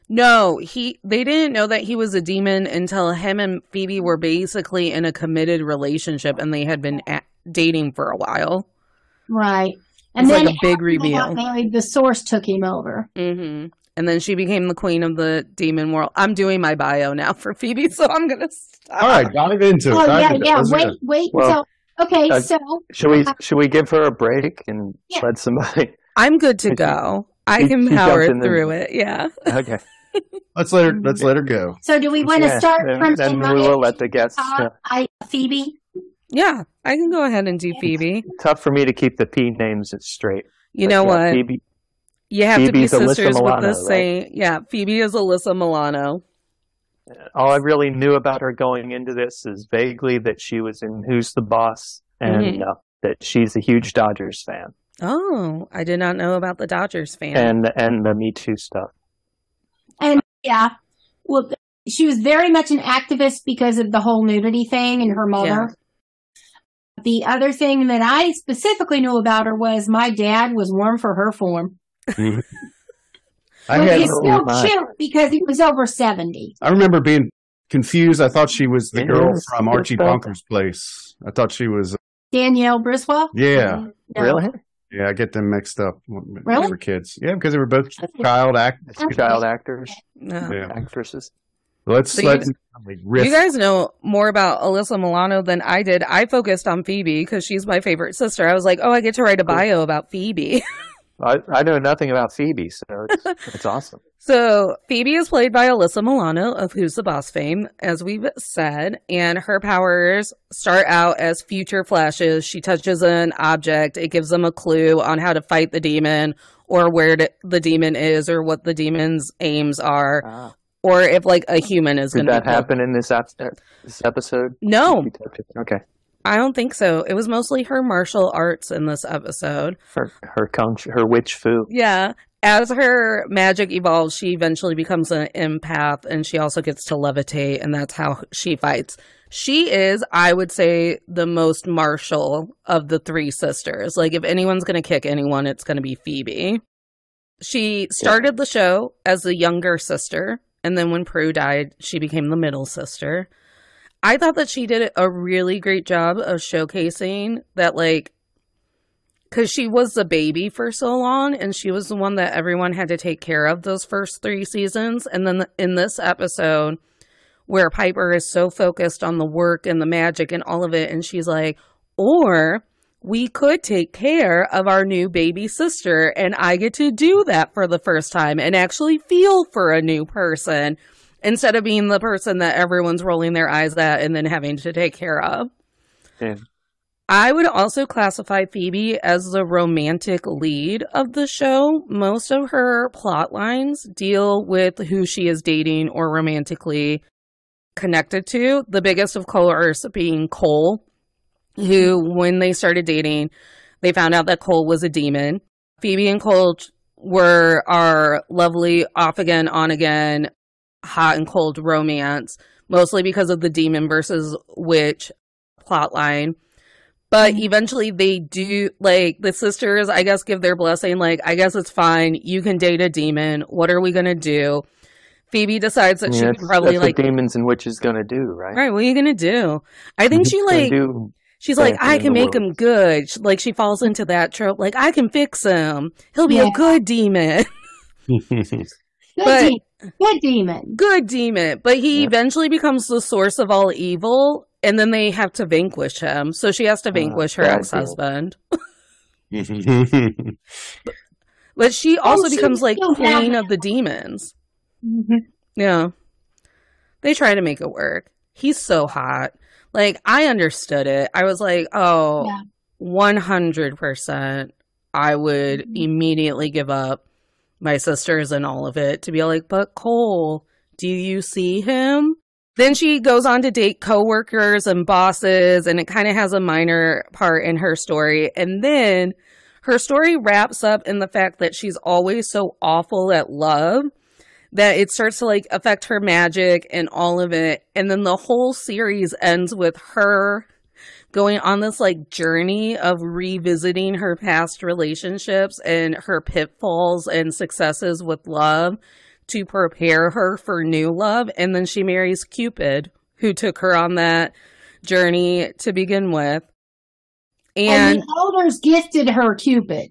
S5: No, he they didn't know that he was a demon until him and Phoebe were basically in a committed relationship and they had been a dating for a while.
S6: Right.
S5: It's like a
S6: after
S5: big
S6: they got
S5: reveal.
S6: married, the source took him over.
S5: hmm And then she became the queen of the demon world. I'm doing my bio now for Phoebe, so I'm gonna stop.
S4: All right, dive into it.
S6: Oh
S4: dive
S6: yeah,
S4: into it.
S6: yeah.
S4: Let's do
S6: Wait,
S4: it.
S6: wait.
S7: Well,
S6: so okay,
S7: uh,
S6: so
S7: Should we should we give her a break and
S6: Yeah.
S7: let somebody?
S5: I'm good to go. I
S7: She-
S5: can
S7: she
S5: power
S7: jumped in the-
S5: through it. Yeah.
S7: Okay.
S4: Let's let her. Let's let her go.
S6: so do we want to
S7: Yeah,
S6: start
S7: then-
S6: from
S7: Then
S6: in
S7: we
S6: my
S7: will let the guests. yeah.
S6: top, I Phoebe?
S5: Yeah. I can go ahead and do Phoebe.
S7: Tough for me to keep the P names straight.
S5: You
S7: But
S5: know
S7: yeah,
S5: what?
S7: Phoebe,
S5: You have
S7: Phoebe's
S5: to be
S7: Alyssa
S5: sisters
S7: Milano,
S5: with the
S7: right?
S5: same. Yeah, Phoebe is Alyssa Milano.
S7: all I really knew about her going into this is vaguely that she was in Who's the Boss and
S5: Mhm.
S7: uh, that she's a huge Dodgers fan
S5: Oh, I did not know about the Dodgers fan.
S7: and and the Me Too stuff.
S6: And yeah, well, th- she was very much an activist because of the whole nudity thing and her mother. The other thing that I specifically knew about her was my dad was warm for her form.
S4: I
S6: but
S4: had.
S6: he's still chill because he was over 70.
S4: I remember being confused. I thought she was the
S7: It
S4: girl
S7: is-
S4: from
S7: it's
S4: Archie
S7: about-
S4: Bunker's place. I thought she was.
S6: Danielle Briswell?
S4: Yeah,
S6: No.
S7: Really?
S4: yeah. I get them mixed up. when- when
S6: Really?
S4: They were kids. Yeah, because they were both child act.
S7: It's child actors,
S5: No.
S4: Yeah.
S7: actresses.
S4: Let's
S5: So you-
S4: let like, riff.
S5: You guys know more about Alyssa Milano than I did. I focused on Phoebe because she's my favorite sister. I was like, oh, I get to write a bio about Phoebe.
S7: I, I know nothing about Phoebe, so it's, it's awesome.
S5: so Phoebe is played by Alyssa Milano of Who's the Boss fame, as we've said, and her powers start out as future flashes. She touches an object, it gives them a clue on how to fight the demon or where to, the demon is or what the demon's aims are.
S7: Ah.
S5: Or if like a human is going
S7: Did
S5: to
S7: that happen in this ep- uh, this episode?
S5: No,
S7: Okay.
S5: I don't think so. It was mostly her martial arts in this episode.
S7: Her her kung, her witch foo.
S5: Yeah. As her magic evolves, she eventually becomes an empath and she also gets to levitate, and that's how she fights. She is, I would say, the most martial of the three sisters. Like, if anyone's going to kick anyone, it's going to be Phoebe. She started the show as the younger sister, and then when Prue died, she became the middle sister. I thought that she did a really great job of showcasing that, like, because she was the baby for so long, and she was the one that everyone had to take care of those first three seasons. And then in this episode, where Piper is so focused on the work and the magic and all of it, and she's like, or we could take care of our new baby sister, and I get to do that for the first time and actually feel for a new person instead of being the person that everyone's rolling their eyes at and then having to take care of.
S7: Yeah.
S5: I would also classify Phoebe as the romantic lead of the show. Most of her plot lines deal with who she is dating or romantically connected to. The biggest, of course, being Cole, who,
S7: Mm-hmm.
S5: when they started dating, they found out that Cole was a demon. Phoebe and Cole were our lovely off again, on again hot and cold romance, mostly because of the demon versus witch plotline. But
S7: Mm-hmm.
S5: eventually they do like the sisters, I guess, give their blessing, like, I guess it's fine, you can date a demon. What are we gonna do? Phoebe decides
S7: I
S5: that
S7: mean,
S5: she
S7: that's,
S5: could probably
S7: that's
S5: like
S7: what demons and witches gonna do, right?
S5: all right, what are you gonna do? I think she
S7: Gonna
S5: like
S7: do
S5: she's like,
S7: anything
S5: I
S7: in
S5: can
S7: the
S5: make
S7: world.
S5: him good. She- Like she falls into that trope, like I can fix him. He'll be
S6: Yeah.
S5: a good demon.
S6: Good,
S5: But-
S6: demon. good demon.
S5: good demon. But he eventually becomes the source of all evil, and then they have to vanquish him. So she has
S7: Oh,
S5: to vanquish her
S4: bad deal.
S5: ex husband.
S4: Mhm.
S5: But she also
S6: so
S5: becomes
S6: you
S5: like
S6: don't have-
S5: queen of the demons. Mm-hmm. Yeah. They try to make it work. He's so hot. Like, I understood it. I was like, oh, 100%. I would immediately give up my sisters and all of it to be like, but Cole, do you see him? Then she goes on to date coworkers and bosses, and it kind of has a minor part in her story. And then her story wraps up in the fact that she's always so awful at love that it starts to like affect her magic and all of it. And then the whole series ends with her going on this like journey of revisiting her past relationships and her pitfalls and successes with love to prepare her for new love. And then she marries Cupid, who took her on that journey to begin with.
S6: And,
S5: And,
S6: the elders gifted her Cupid.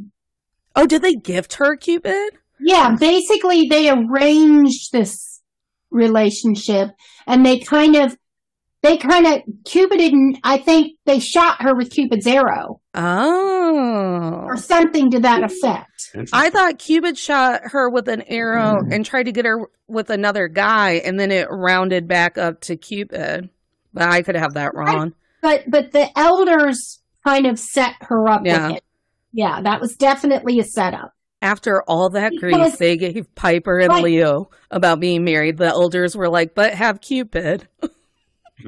S5: oh, did they gift her Cupid?
S6: Yeah, basically they arranged this relationship and they kind of they kind of Cupid didn't I think they shot her with Cupid's arrow
S5: oh.
S6: or something to that
S5: Mm-hmm.
S6: effect.
S5: I thought Cupid shot her with an arrow and tried to get her with another guy, and then it rounded back up to Cupid. But I could have that wrong.
S6: But but the elders kind of set her up
S5: Yeah.
S6: with it. Yeah, that was definitely a setup.
S5: After all that grief
S6: Because-
S5: they gave Piper and
S6: Right.
S5: Leo about being married, the elders were like, but have Cupid.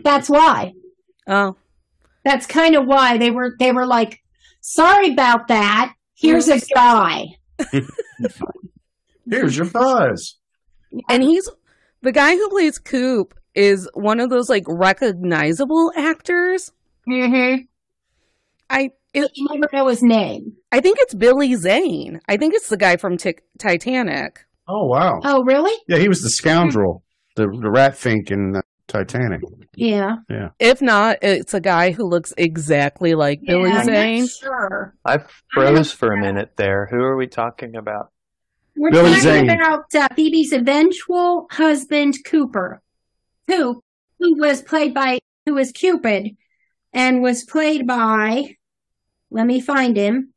S6: That's why.
S5: Oh,
S6: That's kind of why they were they were like, "Sorry about that. Here's a
S5: Mm-hmm.
S6: guy."
S4: Here's your prize.
S5: and he's the guy who plays Coop is one of those like recognizable actors.
S6: Mm-hmm.
S5: I it,
S6: you never know his name.
S5: I think it's Billy Zane. I think it's the guy from Tic Titanic.
S4: Oh wow.
S6: Oh, really?
S4: Yeah, he was the scoundrel, the the rat fink in uh, Titanic.
S6: Yeah.
S4: Yeah.
S5: If not, it's a guy who looks exactly like
S6: Yeah,
S5: Billy
S6: I'm not
S5: Zane.
S6: Sure.
S7: I froze for a minute there. Who are we talking about?
S6: We're
S7: Billy
S6: talking
S7: Zane.
S6: about uh, Phoebe's eventual husband, Cooper, who who was played by who was Cupid, and was played by. Let me find him.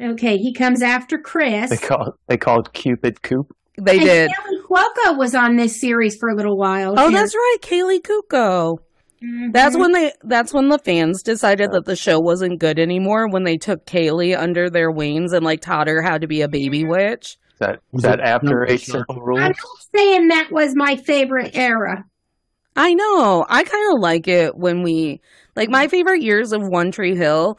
S6: Okay, he comes after Chris.
S7: They called they called Cupid Coop.
S5: They
S6: And
S5: did.
S6: Kelly Cuoco was on this series for a little while.
S5: Oh, that's right, Kaylee Kuko.
S6: Mm-hmm.
S5: That's when they. That's when the fans decided that the show wasn't good anymore. When they took Kaylee under their wings and like taught her how to be a baby witch.
S7: Is that is that after eight simple
S6: I'm
S7: rules?
S6: not saying that was my favorite era.
S5: I know. I kind of like it when we like my favorite years of One Tree Hill.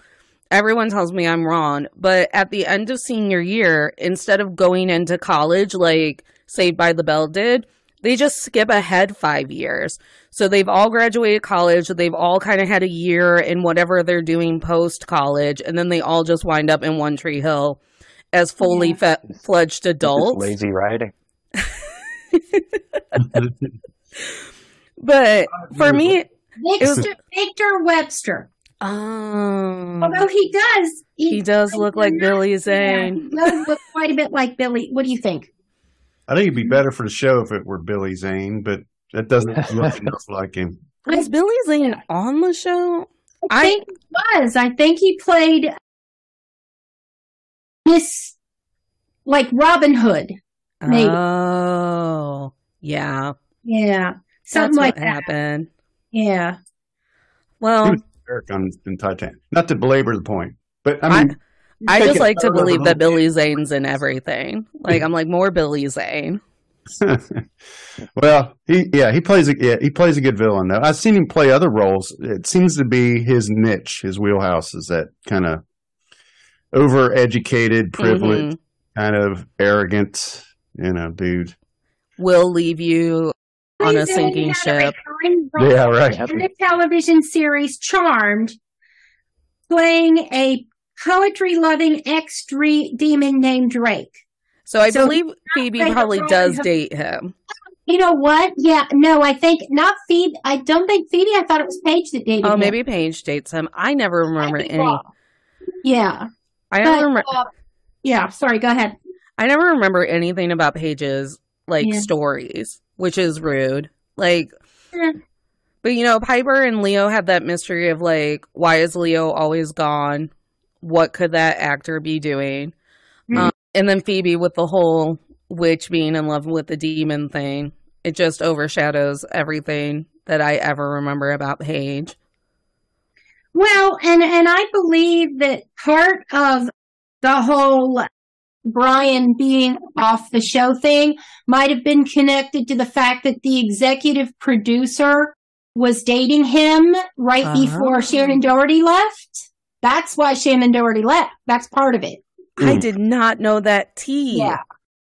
S5: Everyone tells me I'm wrong, but at the end of senior year, instead of going into college like Saved by the Bell did, they just skip ahead five years. So they've all graduated college. They've all kind of had a year in whatever they're doing post college, and then they all just wind up in One Tree Hill as fully fe- fledged
S7: Just
S5: adults.
S7: lazy writing.
S5: But for me, was-
S6: Victor, Victor Webster.
S5: um,
S6: Although he does,
S5: he does look like Billy Zane.
S6: he does look quite a bit like Billy. What do you think?
S4: I think it'd be better for the show if it were Billy Zane, but that doesn't look enough like him.
S5: Was Billy Zane on the show?
S6: I
S5: I
S6: think he was. I think he played Miss, like Robin Hood. Maybe.
S5: oh yeah,
S6: Yeah,
S5: that's
S6: something like
S5: what
S6: that.
S5: happened.
S6: Yeah.
S4: He
S5: Well,
S4: was Eric on in Titanic. Not to belabor the point, but I
S5: I-
S4: mean,
S5: I
S4: take
S5: just
S4: it
S5: like to
S4: further
S5: believe
S4: than-
S5: that Billy Zane's in everything. Like I'm like more Billy Zane.
S4: well, he yeah he plays a yeah, he plays a good villain though. I've seen him play other roles. It seems to be his niche, his wheelhouse is that kind of
S5: Mm-hmm.
S4: overeducated, privileged, kind of arrogant, you know, dude.
S5: Mm-hmm. will leave you on a sinking ship.
S4: Yeah, right.
S6: In the television series Charmed, playing a poetry loving ex demon named Drake.
S5: So I
S6: So
S5: believe Phoebe probably does date him.
S6: You know what? Yeah, no, I think not Phoebe. I don't think Phoebe. I thought it was Paige that dated.
S5: Oh,
S6: him.
S5: maybe Paige dates him. I never remember any.
S6: Yeah.
S5: I
S6: But,
S5: don't remember.
S6: uh, yeah, sorry. Go ahead.
S5: I never remember anything about Paige's like
S6: Yeah.
S5: stories, which is rude. Like, but you know, Piper and Leo had that mystery of like, why is Leo always gone? What could that actor be doing?
S6: Mm-hmm.
S5: Um, and then Phoebe with the whole witch being in love with the demon thing. It just overshadows everything that I ever remember about Paige.
S6: Well, and and I believe that part of the whole Brian being off the show thing might have been connected to the fact that the executive producer was dating him right
S5: Ah.
S6: before Shannon Doherty left. That's why Shannon Doherty left. That's part of it.
S5: I did not know that tea.
S6: Yeah.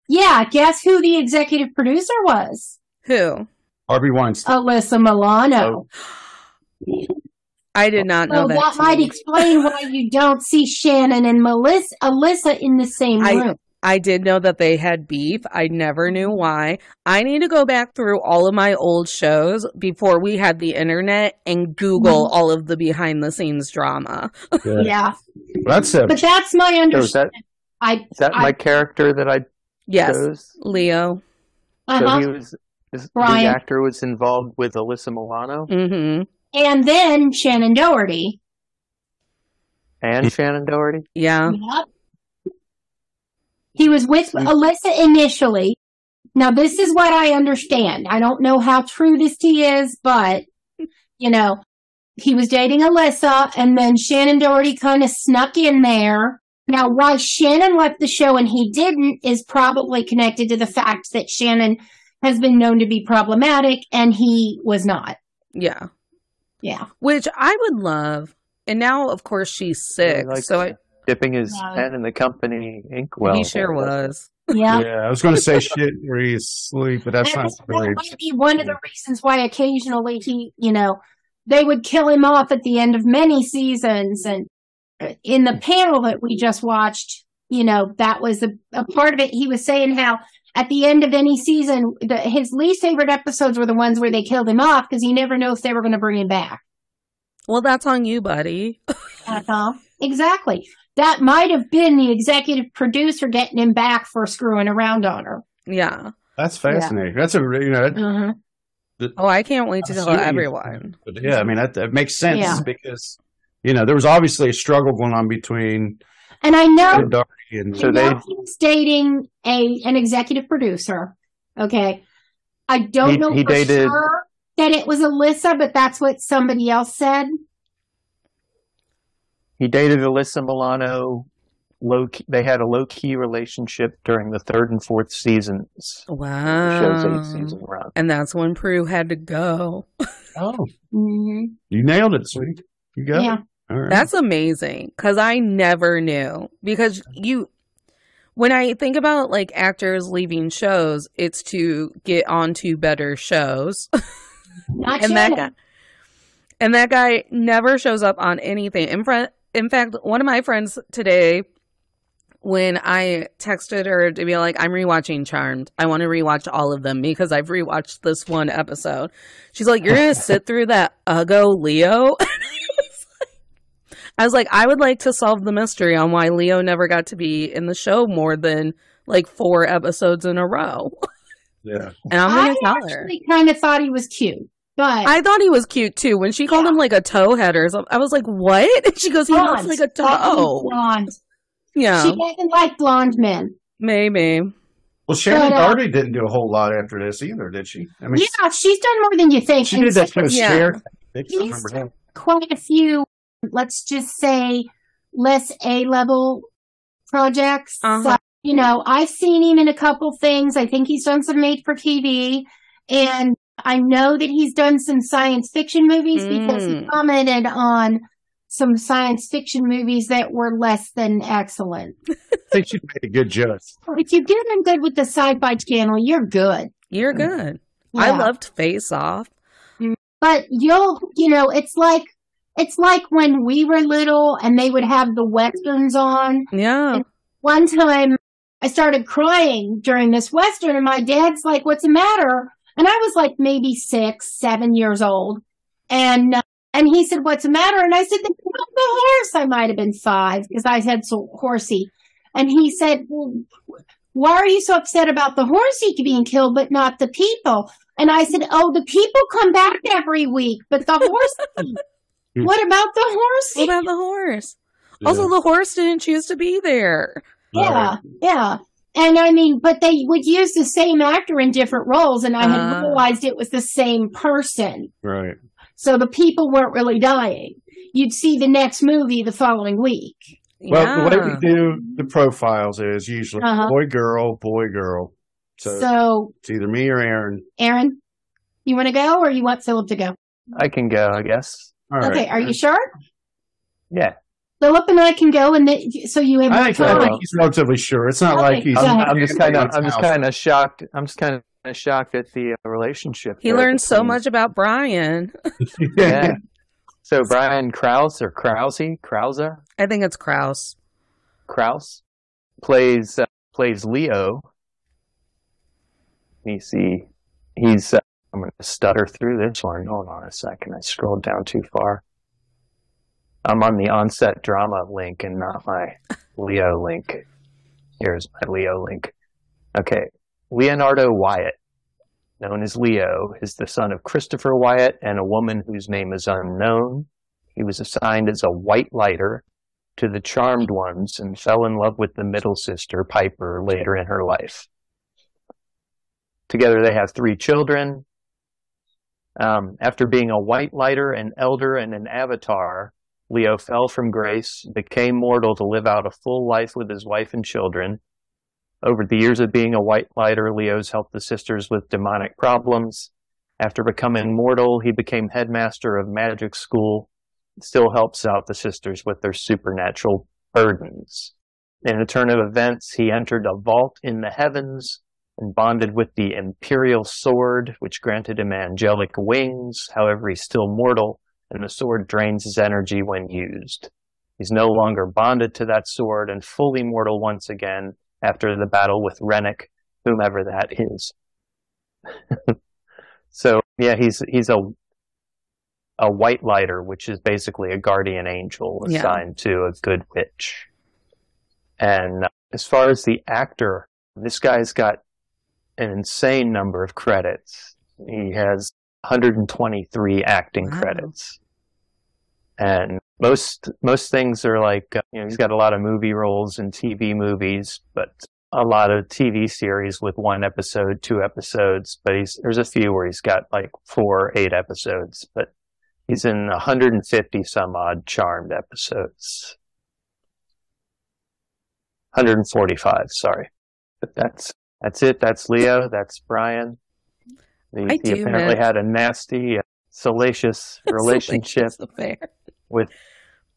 S6: Yeah, guess who the executive producer was?
S5: Who?
S4: Harvey Weinstein.
S6: Alyssa Milano.
S5: Oh, I did not know
S6: So
S5: that.
S6: that might explain why you don't see Shannon and Melissa, Alyssa in the same
S5: I
S6: room.
S5: I did know that they had beef. I never knew why. I need to go back through all of my old shows before we had the internet and Google
S7: Mm-hmm.
S6: Mhm.
S5: all of the behind the scenes drama.
S7: Yeah.
S6: Yeah.
S4: Well, that's a,
S6: But that's my
S7: So Oh, is
S6: understanding.
S7: that
S6: I
S7: is that
S6: I-
S7: my character that I
S5: Yes,
S7: chose?
S5: Leo.
S7: So he
S6: uh-huh.
S7: was this
S6: Brian.
S7: lead actor was involved with Alyssa Milano
S5: Mm-hmm.
S6: and then Shannon Doherty.
S7: and Shannon Doherty.
S5: Yeah.
S6: Yep. He was with Alyssa initially. Now this is what I understand. I don't know how true this tea is, but you know, he was dating Alyssa and then Shannon Doherty kind of snuck in there. Now why Shannon left the show and he didn't is probably connected to the fact that Shannon has been known to be problematic and he was not.
S5: Yeah.
S6: Yeah.
S5: Which I would love. And now of course she's sick.
S7: like
S5: so I
S7: dipping his
S6: No.
S7: pen in the company inkwell.
S5: he sure was.
S6: Yeah.
S4: yeah, I was going to say shit where you sleep, but that's
S6: that,
S4: not
S6: was- that
S4: great.
S6: might be one of the reasons why occasionally he, you know, they would kill him off at the end of many seasons. And uh, in the panel that we just watched, you know, that was a, a part of it. He was saying how at the end of any season, the, his least favorite episodes were the ones where they killed him off because you never know if they were going to bring him back.
S5: Well, that's on you, buddy.
S6: Uh-huh. Exactly. That might have been the executive producer getting him back for screwing around on her.
S5: Yeah.
S4: That's fascinating. That's a re- you know, that-
S6: Uh-huh.
S5: Oh, I can't wait to tell
S4: Absolutely.
S5: everyone.
S4: but yeah. I mean, that, that makes sense
S6: Yeah.
S4: because you know there was obviously a struggle going on between
S6: And I know
S4: Darby and
S7: So
S6: so
S7: they-
S6: he was dating a an executive producer. Okay, I don't
S7: He-
S6: know
S7: he
S6: for
S7: dated-
S6: sure that it was Alyssa, but that's what somebody else said.
S7: He dated Alyssa Milano. Low key, they had a low key relationship during the third and fourth seasons. The show's
S5: Wow.
S7: eight season run.
S5: And that's when Prue had to go.
S4: oh,
S6: Mhm.
S4: you nailed it, sweet. You got
S6: Yeah.
S4: it. All right.
S5: That's amazing because I never knew. Because you, when I think about like actors leaving shows, it's to get onto better shows.
S6: Not
S5: and that
S6: Shannon.
S5: guy, and that guy never shows up on anything. In, fr- in fact, one of my friends today, when I texted her to be like, I'm rewatching Charmed. I want to rewatch all of them because I've rewatched this one episode. She's like, You're going to sit through that Uggo Leo? I was like, I would like to solve the mystery on why Leo never got to be in the show more than like four episodes in a row.
S4: yeah.
S5: And I'm
S6: I
S5: going to tell her.
S6: actually kind of thought he was cute, but
S5: I thought he was cute too. When she called him like a toe head or something, I was like, "What?" And she goes, "He looks
S6: blonde.
S5: like a
S6: Thought he was
S5: toe."
S6: blonde.
S5: Yeah,
S6: She doesn't like blonde men.
S5: maybe.
S4: Well, Shannon
S6: But, uh,
S4: Darby didn't do a whole lot after this either, did she? I mean,
S6: yeah, she's done more than you think.
S4: she
S6: And
S4: did that show
S5: Yeah.
S4: Scare. I
S6: He's-
S4: remember him.
S6: quite a few, let's just say, less A level projects.
S5: Uh-huh.
S6: So, you know, I've seen him in a couple things. I think he's done some made for TV, and I know that he's done some science fiction movies because he
S5: Mm.
S6: commented on some science fiction movies that were less than excellent.
S4: I think she made a good judge.
S6: If you get him good with the sci fi channel, you're good.
S5: You're good. I
S6: Yeah.
S5: loved Face Off.
S6: But you'll, you know, it's like it's like when we were little and they would have the westerns on.
S5: Yeah.
S6: one time I started crying during this western and my dad's like, "What's the matter?" And I was like maybe 6, 7 years old. And uh, and he said, "What's the matter?" And I said, "They killed the horse." I might have been 5 because I had so horsey. And he said, well, why are you so upset about the horsey being killed but not the people? And I said, Oh, the people come back every week, but the horse. what about the horse?
S5: What about the horse? Also, the horse didn't choose to be there.
S6: Yeah, yeah. And I mean, but they would use the same actor in different roles, and I had
S5: Ah.
S6: realized it was the same person.
S4: Right.
S6: So the people weren't really dying. You'd see the next movie the following week.
S4: Well, the way we do the profiles is usually
S6: Uh-huh.
S4: boy, girl, boy, girl. So,
S6: So,
S4: it's either me or Aaron.
S6: Aaron, you want to go or you want Philip to go?
S7: I can go, I guess.
S4: All
S6: okay, are you sure?
S7: Yeah.
S6: Philip and I can go, and then so you have more
S4: I think, I
S6: time.
S4: think he's relatively sure. It's not like he's.
S7: I'm, I'm just kind of, I'm just
S4: House.
S7: kind of shocked. I'm just kind of shocked at the uh, relationship.
S5: He
S7: there
S5: learned so
S7: between-
S5: much about Brian.
S7: Yeah. so Brian Krause or Krause, Krause,
S5: I think it's Kraus.
S7: Krause plays uh, plays Leo. Let me see. He's. Uh, I'm going to stutter through this one. Hold on a second. I scrolled down too far. I'm on the onset drama link and not my Leo link. Here's my Leo link. Okay. Leonardo Wyatt, known as Leo, is the son of Christopher Wyatt and a woman whose name is unknown. He was assigned as a white lighter to the Charmed Ones and fell in love with the middle sister, Piper, later in her life. Together they have three children. Um, after being a white lighter, an elder, and an avatar, Leo fell from grace, became mortal to live out a full life with his wife and children. Over the years of being a white lighter, Leo's helped the sisters with demonic problems. After becoming mortal, he became headmaster of magic school, still helps out the sisters with their supernatural burdens. In a turn of events, he entered a vault in the heavens and bonded with the imperial sword, which granted him angelic wings. However, he's still mortal, and the sword drains his energy when used. He's no longer bonded to that sword and fully mortal once again after the battle with Rennick, whomever that is. so yeah, he's he's a a white lighter, which is basically a guardian angel
S12: Yeah.
S7: assigned to a good witch. And as far as the actor, this guy's got an insane number of credits. He has 123 acting credits. And most most things are like uh, you know he's got a lot of movie roles and TV movies, but a lot of TV series with one episode, two episodes. But he's there's a few where he's got like four, eight episodes. But he's in 150 some odd Charmed episodes. 145, sorry. But that's that's it. That's Leo. That's Brian. He,
S5: I
S7: he
S5: do
S7: apparently
S5: miss-
S7: had a nasty, uh, salacious relationship
S5: affair.
S7: with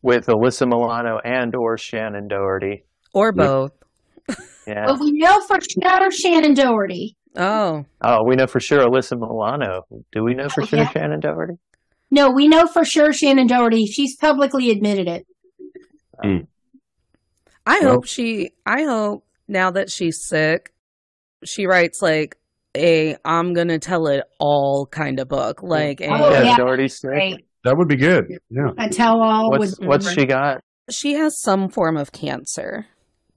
S7: with Alyssa Milano and or Shannon Doherty.
S5: Or both.
S7: Yeah.
S6: But we know for sure Shannon Doherty.
S5: Oh.
S7: Oh, we know for sure Alyssa Milano. Do we know for sure Shannon Doherty?
S6: No, we know for sure Shannon Doherty. She's publicly admitted it.
S5: I
S6: Well-
S5: hope she I hope now that she's sick, she writes like a I'm gonna tell it all kind of book. Like a,
S6: Oh, Yeah, yeah.
S7: Doherty
S4: That would be good. Yeah.
S6: A tell all
S5: What's-
S6: would
S5: what's she
S7: got?
S5: She has some form of cancer.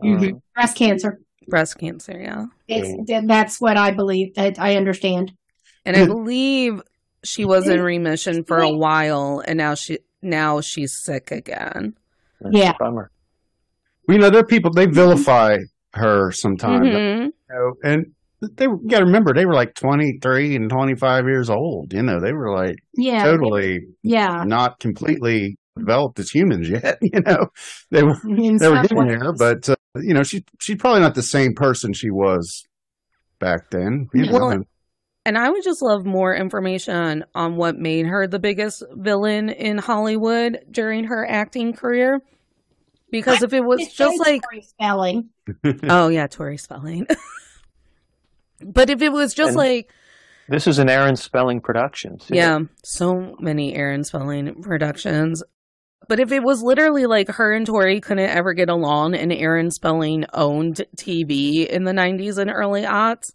S7: Oh,
S6: Mhm. breast cancer.
S5: Breast cancer, yeah.
S6: It's, th- that's what I believe. I, I understand.
S5: And
S6: Hmm.
S5: I believe she was in remission for a while and now she now she's sick again.
S6: Yeah.
S7: Bummer.
S4: Well, you know, there are people, they vilify her sometimes.
S5: Mhm.
S4: know, and they you got to remember they were like 23 and 25 years old you know they were like
S6: Yeah.
S4: totally
S6: Yeah.
S4: not completely developed as humans yet you know they were
S6: In
S4: they were
S6: some
S4: getting
S6: ways.
S4: there but uh, you know she she's probably not the same person she was back then you
S5: Well,
S4: know.
S5: And I would just love more information on what made her the biggest villain in Hollywood during her acting career. Because if it was
S6: It's
S5: just
S6: so
S5: like
S6: Tori spelling.
S5: oh yeah, Tori Spelling. But if it was just
S7: And-
S5: like,
S7: This is an Aaron Spelling production. too.
S5: yeah, so many Aaron Spelling productions. But if it was literally like her and Tori couldn't ever get along and Aaron Spelling owned TV in the 90s and early aughts,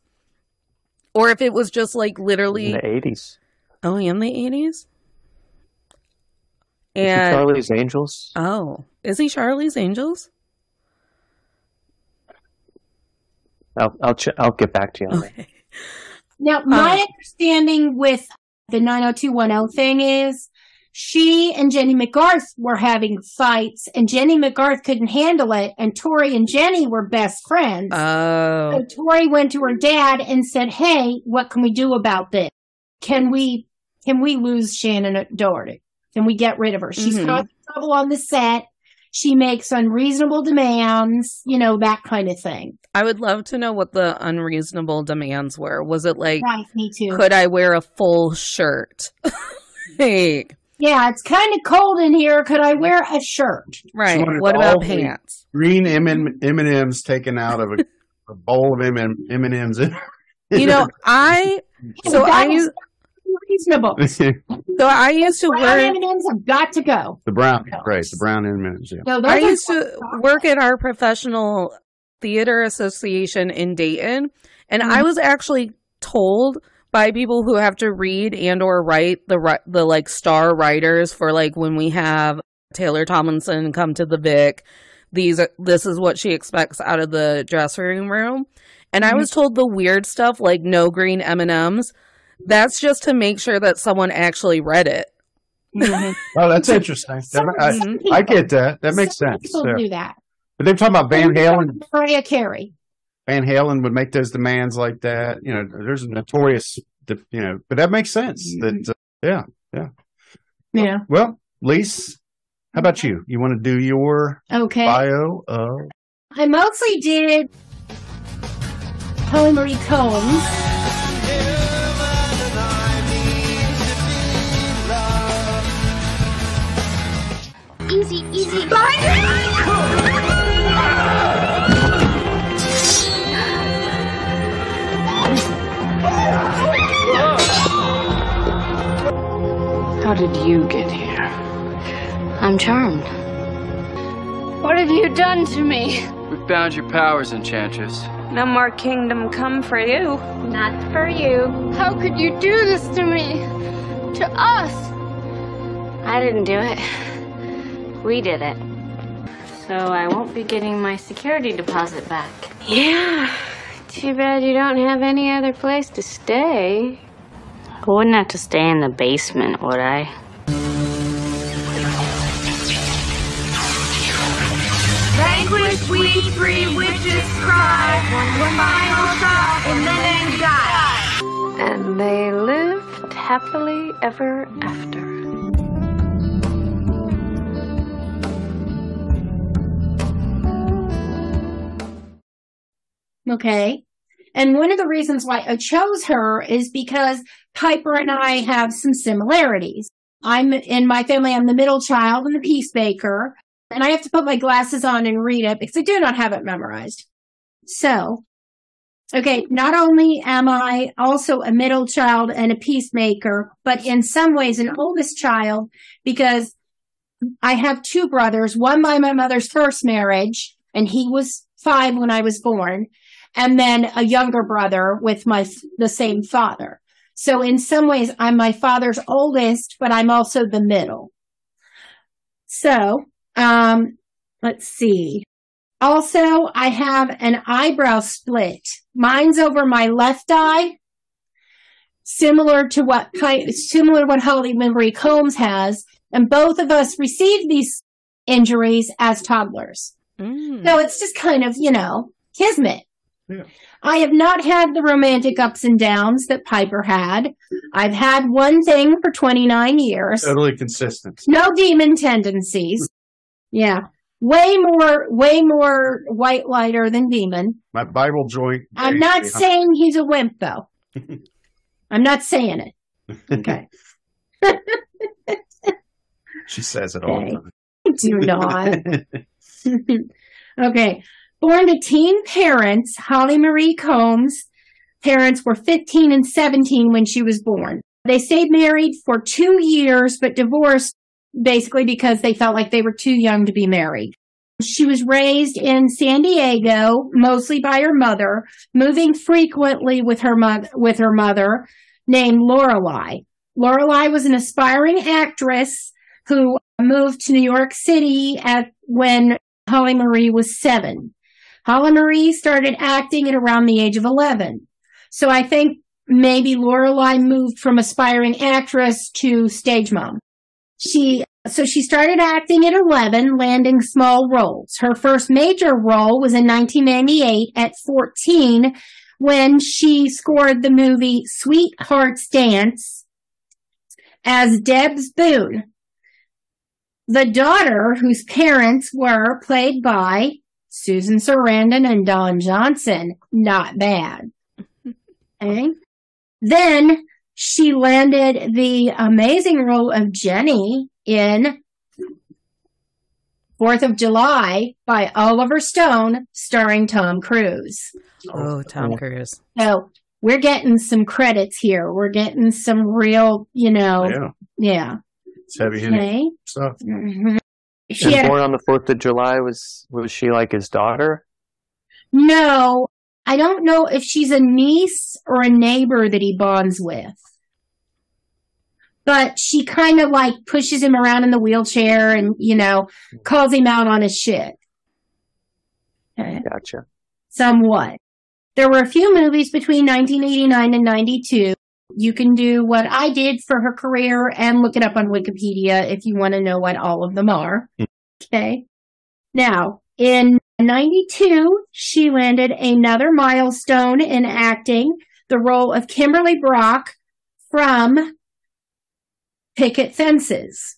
S5: or if it was just like
S7: in
S5: literally,
S7: the eighties.
S5: oh, in the 80s? And
S7: Charlie's Angels.
S5: Oh, is he Charlie's Angels?
S7: I'll I'll, ch- I'll get back to you
S5: Oh.
S7: on that.
S6: Now, my understanding with the 90210 thing is she and Jenny McGarth were having fights, and Jenny McGarth couldn't handle it, and Tori and Jenny were best friends.
S5: Oh,
S6: So Tori went to her dad and said, "Hey, what can we do about this? Can we can we lose Shannon Doherty? Can we get rid of her? She's
S4: Mm-hmm.
S5: Mhm.
S6: causing trouble on the set. She makes unreasonable demands, you know that kind of thing."
S5: I would love to know what the unreasonable demands were. Was it like,
S6: Right, me too.
S5: could I wear a full shirt? like,
S6: Yeah, it's kind of cold in here. Could I wear a shirt?
S5: right?
S4: She wanted
S5: What
S4: all
S5: about
S4: the
S5: pants?
S4: Green M and M's taken out of a, a bowl of M and M's.
S5: You know, I so I
S6: That is
S5: used
S6: reasonable.
S4: the
S5: so I used to
S6: Brown
S5: work.
S6: M&Ms have got to go.
S4: brown, right? The brown M and M's. Yeah.
S6: No, those
S5: I
S6: are
S5: used to work at our professional theater association in Dayton, and I was actually told by people who have to read and or write the ri- the like star writers for like when we have Taylor Tomlinson come to the Vic, these are, this is what she expects out of the dressing room, and I was told the weird stuff like no green M and M's. That's just to make sure that someone actually read it. Mm-hmm.
S4: Oh, that's interesting. That ma- I,
S5: some
S4: I get that. That makes sense.
S6: People
S4: yeah.
S6: do that.
S4: But they're talking about Van Halen.
S6: Mariah Carey.
S4: Van Halen would make those demands like that. You know, there's a notorious, you know, but that makes sense.
S6: Mm-hmm.
S4: That uh, yeah, yeah.
S6: Yeah.
S4: Well, Lise, how about you? You want to do your
S6: Okay.
S4: bio? Of
S6: I mostly did Holly Marie Combs.
S12: Easy, easy.
S11: How did you get here?
S1: I'm charmed.
S11: What have you done to me?
S8: We've bound your powers, Enchantress.
S11: No more kingdom come for you.
S3: Not for you. How could you do this to me? To us? I didn't do it. We did it. So I won't be getting my security deposit back. Yeah. Too bad you don't have any other place to stay. I wouldn't have to stay in the basement, would I?
S12: Vanquish we three witches cry. One final shot and then they die.
S3: And they lived happily ever after.
S6: Okay. And one of the reasons why I chose her is because Piper and I have some similarities. I'm in my family, I'm the middle child and the peacemaker. And I have to put my glasses on and read it because I do not have it memorized. So, okay, not only am I also a middle child and a peacemaker, but in some ways an oldest child because I have two brothers, one by my mother's first marriage, and he was five when I was born, and then a younger brother with my the same father. So in some ways, I'm my father's oldest, but I'm also the middle. So, um, let's see. Also, I have an eyebrow split. Mine's over my left eye, similar to what Pi- similar to what Holly Marie Combs has, and both of us received these injuries as toddlers.
S5: Hmm.
S6: So it's just kind of you know kismet. I have not had the romantic ups and downs that Piper had. I've had one thing for 29 years.
S4: totally consistent.
S6: No demon tendencies. Yeah. Way more, way more white lighter than demon.
S4: My Bible joint.
S6: I'm not saying he's a wimp though. I'm not saying it. Okay.
S4: she says it all the
S6: Okay.
S4: time.
S6: I do not. okay. Born to teen parents, Holly Marie Combs parents were 15 and 17 when she was born. They stayed married for two years, but divorced basically because they felt like they were too young to be married. She was raised in San Diego, mostly by her mother, moving frequently with her mo- with her mother, named Lorelei. Lorelei was an aspiring actress who moved to New York City at when Holly Marie was seven. Holly Marie started acting at around the age of eleven. So I think maybe Lorelei moved from aspiring actress to stage mom. She so she started acting at 11, landing small roles. Her first major role was in 1998 at 14 when she scored the movie Sweetheart's Dance as Deb's Boone. The daughter, whose parents were played by Susan Sarandon and Don Johnson, not bad. Okay. Then she landed the amazing role of Jenny in Fourth of July by Oliver Stone, starring Tom Cruise.
S5: Oh, Tom Cruise.
S6: So we're getting some credits here. We're getting some real, you know,
S7: Yeah.
S6: yeah.
S4: It's heavy
S6: Okay.
S4: stuff.
S6: Mhm. She
S7: and
S6: had a
S7: born on the Fourth of July was was she like his daughter?
S6: No, I don't know if she's a niece or a neighbor that he bonds with. But she kind of like pushes him around in the wheelchair and, you know, calls him out on his shit
S7: Gotcha.
S6: somewhat. There were a few movies between 1989 and 92. You can do what I did for her career and look it up on Wikipedia if you want to know what all of them are. Okay. Now, in 92, she landed another milestone in acting, the role of Kimberly Brock from Picket Fences.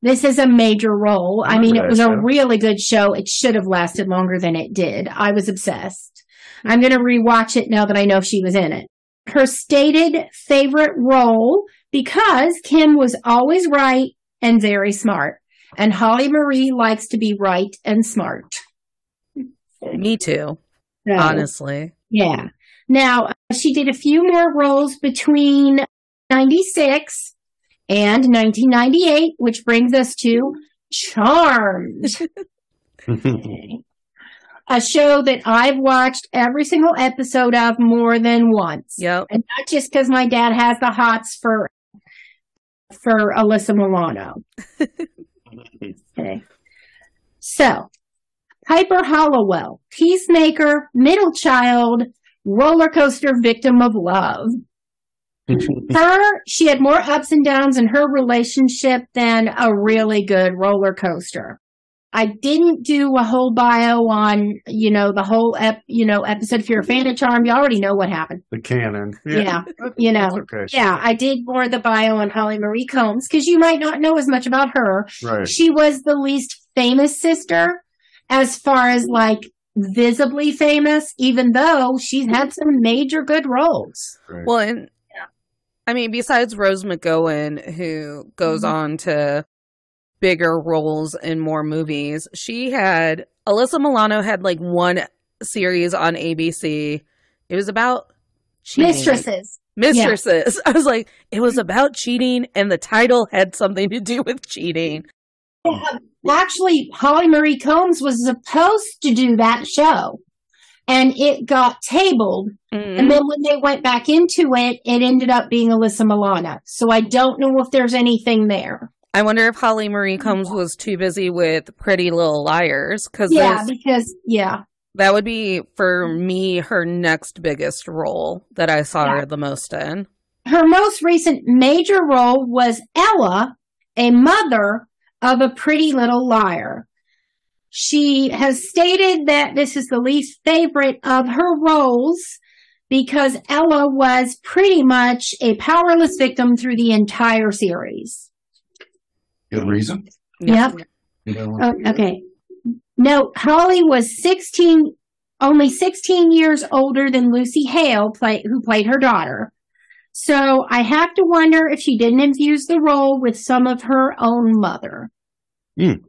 S6: This is a major role. I mean, it was a
S12: Right, yeah.
S6: really good show. It should have lasted longer than it did. I was obsessed. I'm going to rewatch it now that I know she was in it. Her stated favorite role because Kim was always right and very smart. And Holly Marie likes to be right and smart.
S5: Me too.
S6: So-
S5: Honestly.
S6: yeah. Now, uh, she did a few more roles between 96 and 1998, which brings us to Charmed, a show that I've watched every single episode of more than once.
S5: Yep.
S6: And not just because my dad has the hots for for Alyssa Milano. Okay. So, Piper Hollowell, peacemaker, middle child, roller coaster victim of love. Her, she had more ups and downs in her relationship than a really good roller coaster. I didn't do a whole bio on, you know, the whole ep, you know, episode. If you're a fan of Charm, you already know what happened.
S4: The canon.
S6: Yeah. you know,
S4: that's okay.
S6: yeah, I did more of the bio on Holly Marie Combs because you might not know as much about her.
S4: Right.
S6: She was the least famous sister as far as like visibly famous, even though she's had some major good roles.
S5: Well, and I mean, besides Rose McGowan, who goes
S6: Mm-hmm.
S5: on to bigger roles in more movies, she had Alyssa Milano had like one series on ABC. It was about cheating.
S6: Mistresses.
S5: Mistresses. I was like, it was about cheating, and the title had something to do with cheating.
S6: Actually, Holly Marie Combs was supposed to do that show and it got tabled. And then when they went back into it, it ended up being Alyssa Milano. So I don't know if there's anything there.
S5: I wonder if Holly Marie Combs was too busy with Pretty Little Liars because
S6: Yeah, because, yeah.
S5: that would be for
S6: Mm-hmm.
S5: me her next biggest role that I saw her the most in.
S6: Her most recent major role was Ella, a mother of a pretty little liar. She has stated that this is the least favorite of her roles because Ella was pretty much a powerless victim through the entire series.
S4: Good reason.
S6: Yep. Oh, okay. No, Holly was 16, only 16 years older than Lucy Hale, play, who played her daughter. So I have to wonder if she didn't infuse the role with some of her own mother
S4: Mm.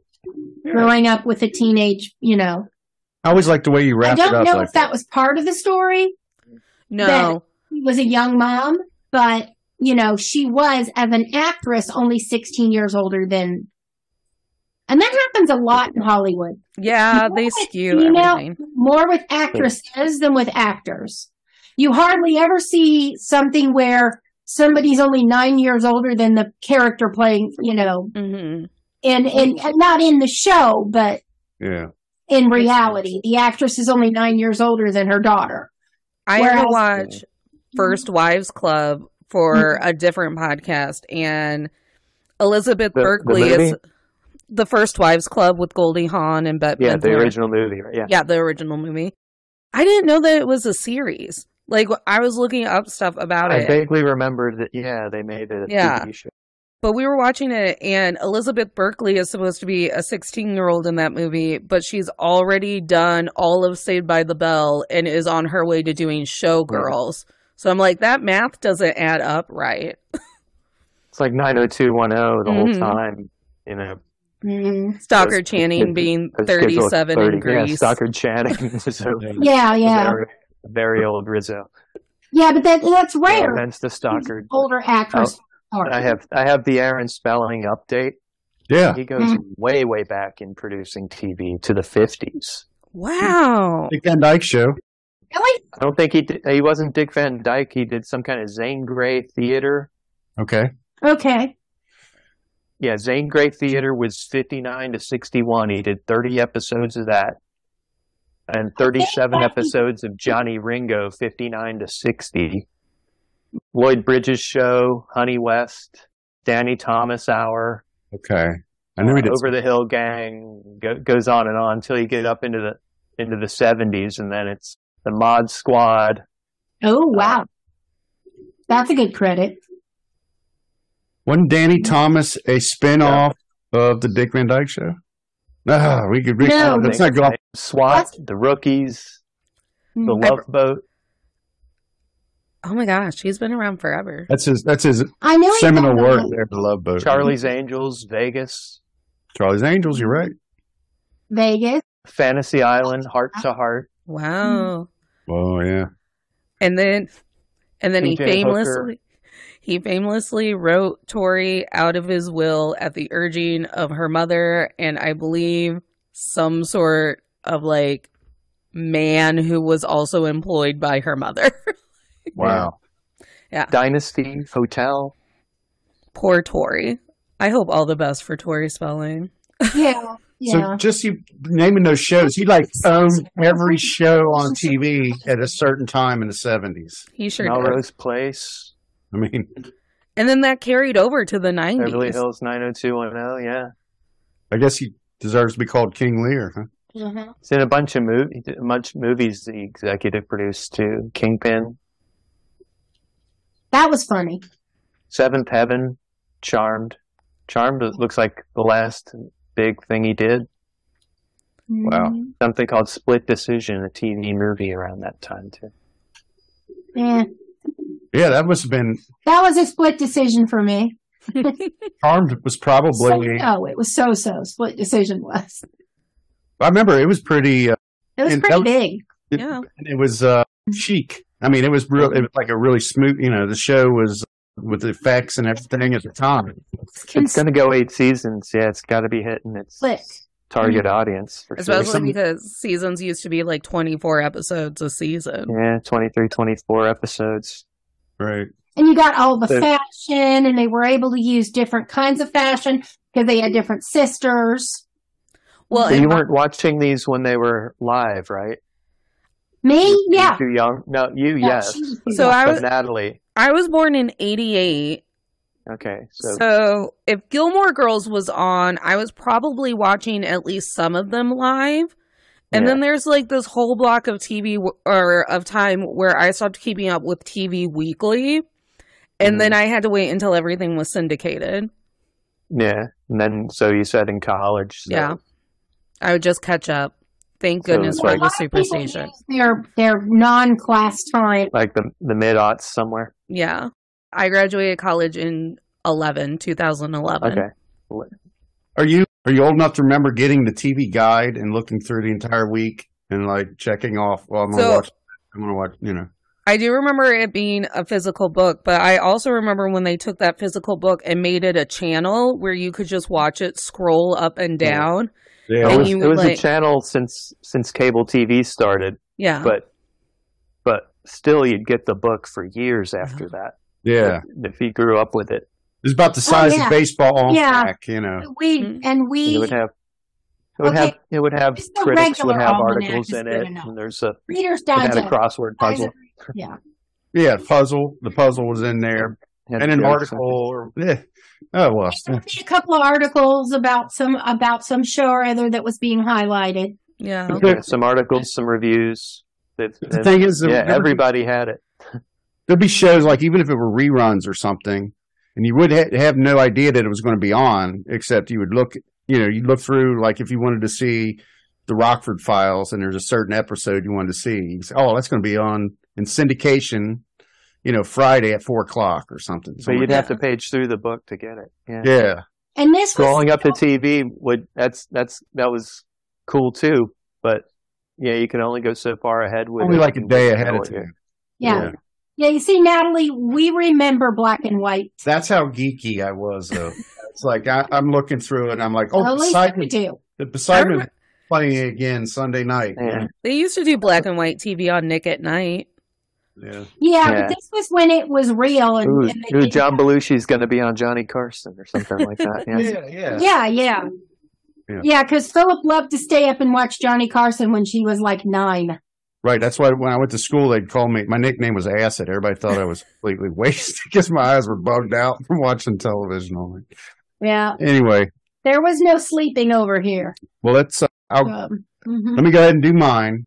S6: growing up with a teenage, you know.
S4: I always like the way you
S6: I
S4: wrap it
S6: don't
S4: up.
S6: know
S4: like
S6: if that was part of the story.
S5: No.
S6: that she was a young mom, but you know, she was as an actress only 16 years older than and that happens a lot in Hollywood.
S5: Yeah, Uh, they skew
S6: You know,
S5: everything.
S6: more with actresses than with actors. You hardly ever see something where somebody's only nine years older than the character playing, you know,
S5: Mm-hmm.
S6: and, and, and not in the show, but
S4: Yeah.
S6: in reality, the actress is only nine years older than her daughter.
S5: I had to
S6: Whereas-
S5: watch
S6: Mm-hmm.
S5: First Wives Club for a different podcast, and Elizabeth
S7: The- the
S5: Berkley is
S7: movie?
S5: the First Wives Club with Goldie Hawn and Bette.
S7: Yeah, the
S5: Midler.
S7: original movie, right? Yeah.
S5: yeah, the original movie. I didn't know that it was a series. Like I was looking up stuff about
S7: I
S5: it.
S7: vaguely remember that. Yeah, they made it a
S5: Yeah.
S7: TV show.
S5: But we were watching it, and Elizabeth Berkley is supposed to be a 16 year old in that movie, but she's already done all of Saved by the Bell and is on her way to doing Showgirls. So I'm like, that math doesn't add up right.
S7: It's like 90210 the
S5: Mhm.
S7: whole time. You know, Mm-hmm.
S5: Stalker
S7: Those
S5: Channing
S7: kids-
S5: being
S7: those kids look
S5: 37 in
S7: 30. Yeah,
S5: Greece.
S7: Stalker Channing. is a-
S6: Yeah, yeah.
S7: Very, very old Rizzo.
S6: Yeah, but that that's rare.
S7: That's the Stalker.
S6: older actress.
S7: Oh, I have I have the Aaron Spelling update.
S4: Yeah.
S7: He goes
S5: Mm-hmm.
S7: way, way back in producing TV to the 50s.
S5: Wow.
S4: Dick Van Dyke Show.
S7: I don't think he did, he wasn't Dick Van Dyke. He did some kind of Zane Grey Theater.
S4: Okay.
S6: Okay.
S7: Yeah, Zane Grey Theater was 59 to 61. He did 30 episodes of that. And 37 episodes of Johnny Ringo, 59 to 60. Lloyd Bridges Show, Honey West, Danny Thomas Hour,
S4: Okay. I know he did.
S7: Over the Hill Gang, go, goes on and on until you get up into the into the 70s, and then it's the Mod Squad. Uh,
S6: Oh wow, that's a good credit.
S4: Wasn't Danny Thomas a spin-off of the Dick Van Dyke Show? No, we could. Re-
S7: No.
S4: let's not go. off-
S7: SWAT, the Rookies, the
S6: Mm-hmm.
S5: Mm.
S7: Love Boat.
S5: Oh my gosh, he's been around forever.
S4: That's his. That's his
S6: I know he
S4: seminal
S6: does.
S4: work there, The Love Boat.
S7: Charlie's Angels, Vegas,
S4: Charlie's Angels. You're right.
S6: Vegas.
S7: Fantasy Island, Heart to Heart.
S5: Wow.
S4: Oh yeah.
S5: And then and then he
S7: P.J. Hooker.
S5: famously he famously wrote Tori out of his will at the urging of her mother and I believe some sort of like man who was also employed by her mother.
S4: Wow.
S5: Yeah.
S7: Dynasty Hotel.
S5: Poor Tori. I hope all the best for Tori Spelling.
S6: Yeah.
S4: So just you naming those shows, he like owned every show on TV at a certain time in the seventies.
S5: He sure
S7: Melrose
S5: does.
S7: Place,
S4: I mean,
S5: And then that carried over to the 90s.
S7: Beverly Hills 90210. Yeah,
S4: I guess he deserves to be called King Lear, huh?
S5: Mm-hmm.
S7: it's in a bunch of movie, a bunch of movies. The executive produced too. Kingpin,
S6: That was funny.
S7: Seventh Heaven, Charmed. Charmed looks like the last big thing he did.
S4: Wow.
S6: Mm-hmm.
S7: Something called Split Decision, a TV movie around that time too.
S6: Yeah,
S4: Yeah, that must have been
S6: that was a split decision for me.
S4: Charmed was
S7: Oh,
S4: probably.
S6: no, it was so so. Split decision was.
S4: I remember it was pretty. Uh,
S6: It was
S4: and
S6: pretty
S4: that-
S6: big.
S4: It,
S5: yeah.
S4: and it was uh,
S6: Mm-hmm.
S4: chic. I mean, it was real. It was like a really smooth. You know, the show was with the effects and everything at the time.
S7: It's going to go eight seasons. Yeah, it's got to be hitting its
S6: Split.
S7: target
S5: Mm-hmm.
S7: audience for sure.
S5: Especially because seasons used to be like 24 episodes a season.
S7: Yeah, 23, 24 episodes.
S4: Right.
S6: And you got all the
S7: So-
S6: fashion, and they were able to use different kinds of fashion because they had different sisters.
S5: Well,
S7: So you weren't watching these when they were live, right?
S6: me, yeah.
S7: Too young? No, you,
S5: Yeah,
S7: yes.
S5: she was too So young. I
S7: But
S5: was-
S7: Natalie.
S5: I was born in 88.
S7: Okay, so,
S5: So, if Gilmore Girls was on, I was probably watching at least some of them live. And then there's like this whole block of TV w- or of time where I stopped keeping up with TV weekly. And then
S7: Mm-hmm.
S5: I had to wait until everything was syndicated.
S7: yeah. And then, so you said in college. So,
S5: Yeah. I would just catch up. Thank
S7: So
S5: goodness
S7: it's
S5: for
S7: like-
S5: the superstation.
S6: They're they're non class time.
S7: Like the, the mid aughts somewhere.
S5: Yeah. I graduated college in 11, 2011.
S7: Okay.
S4: Are you are you old enough to remember getting the TV guide and looking through the entire week and like checking off? Well, I'm gonna
S5: So-
S4: watch. I'm gonna watch. You know.
S5: I do remember it being a physical book, but I also remember when they took that physical book and made it a channel where you could just watch it scroll up and down.
S7: it
S5: And
S7: was,
S5: you
S7: it
S5: would,
S7: was
S5: like-
S7: a channel since since cable TV started.
S5: Yeah.
S7: but but still, you'd get the book for years after that.
S4: Yeah.
S7: if, if you grew up with it,
S4: it's about the
S6: Oh, size of yeah.
S4: baseball on
S6: Yeah.
S4: back, you know.
S5: Mm-hmm.
S6: We and we
S7: it would have it would
S6: Okay.
S7: have it would have
S6: the
S7: critics would
S6: regular
S7: have
S6: almanac
S7: articles
S6: is
S7: in
S6: good
S7: it,
S6: enough.
S7: and there's a
S6: Reader's
S7: it had a
S6: Digest.
S7: crossword puzzle.
S6: Yeah.
S4: Yeah, puzzle. The puzzle was in there,
S7: and,
S4: an
S7: jokes, I
S4: article. Or, yeah. Oh well.
S6: a couple of articles about some about some show or other that was being highlighted.
S5: Yeah.
S7: There's some articles, some reviews. That,
S4: The thing is,
S7: yeah,
S4: every-
S7: everybody had it.
S4: There'd be shows like even if it were reruns or something, and you would ha- have no idea that it was going to be on, except you would look, you know, you look through like if you wanted to see the Rockford Files, and there's a certain episode you wanted to see. You'd say, oh, that's going to be on in syndication, you know, Friday at four o'clock or something.
S7: So you'd have to page through the book to get it. Yeah.
S4: Yeah.
S6: And this
S7: scrolling up to TV would that's that's that was cool too, but yeah, you can only go so far ahead with
S4: Only
S7: it.
S4: like a
S7: You
S4: day
S7: wouldn't
S4: ahead
S7: know
S4: of
S7: it yet.
S4: time.
S6: Yeah.
S4: Yeah.
S6: yeah. you see, Natalie, we remember black and white.
S4: That's how geeky I was, though. it's like I, I'm looking through it, and I'm like, oh,
S6: At least
S4: Poseidon-
S6: we do.
S4: the Poseidon playing again Sunday night. Yeah.
S5: They used to do black and white TV on Nick at Night.
S4: Yeah.
S6: Yeah,
S7: Yeah.
S6: but this was when it was real. And,
S7: Ooh,
S6: and they
S7: ooh,
S6: didn't-
S7: John Belushi's going to be on Johnny Carson or something like that. Yeah,
S4: yeah,
S6: yeah, yeah,
S4: Yeah.
S6: yeah. Because Philip loved to stay up and watch Johnny Carson when she was like nine.
S4: Right. That's why when I went to school, they'd call me. My nickname was Acid. Everybody thought I was completely wasted because my eyes were bugged out from watching television all night.
S6: Yeah,
S4: Anyway,
S6: there was no sleeping over here.
S4: well, let's. Uh,
S7: Oh.
S4: I'll,
S6: Um, mhm.
S4: let me go ahead and do mine.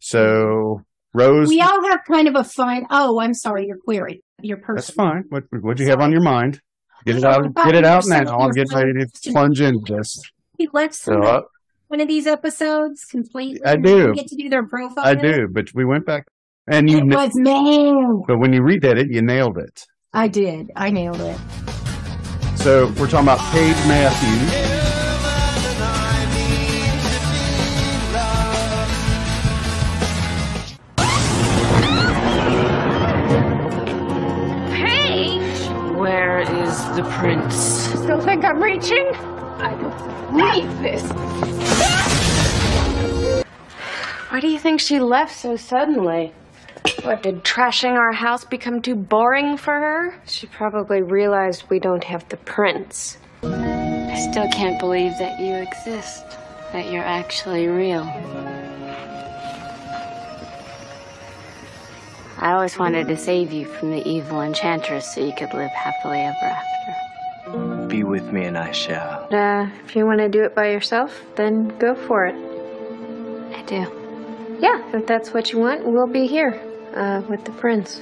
S4: So, Rose,
S6: We all have kind of a fine. Oh, I'm sorry, your query, your
S4: that's
S6: person.
S4: fine. What what do you have on your mind? Get it out.
S6: Oh,
S4: Get it out
S6: you're
S4: now. I'm getting ready to plunge into this.
S6: He left
S4: So,
S6: somebody-
S4: uh,
S6: one of these episodes completely.
S4: I do.
S6: Get to do their profile.
S4: I do, but we went back and you.
S6: It
S4: kn-
S6: was me.
S4: But when you redid it, you nailed it.
S6: I did. I nailed it.
S4: So we're talking about Paige Matthews.
S12: Paige!
S11: Where is the prince?
S12: Still think I'm reaching? I believe this.
S2: Why do you think she left so suddenly? What, did trashing our house become too boring for her? She probably realized we don't have the prints.
S1: I still can't believe that you exist, that you're actually real. I always wanted to save you from the evil enchantress so you could live happily ever after.
S13: Be with me and I shall.
S3: But, uh, if you want to do it by yourself, then go for it.
S1: I do.
S3: Yeah, if that's what you want, we'll be here uh, with the prince.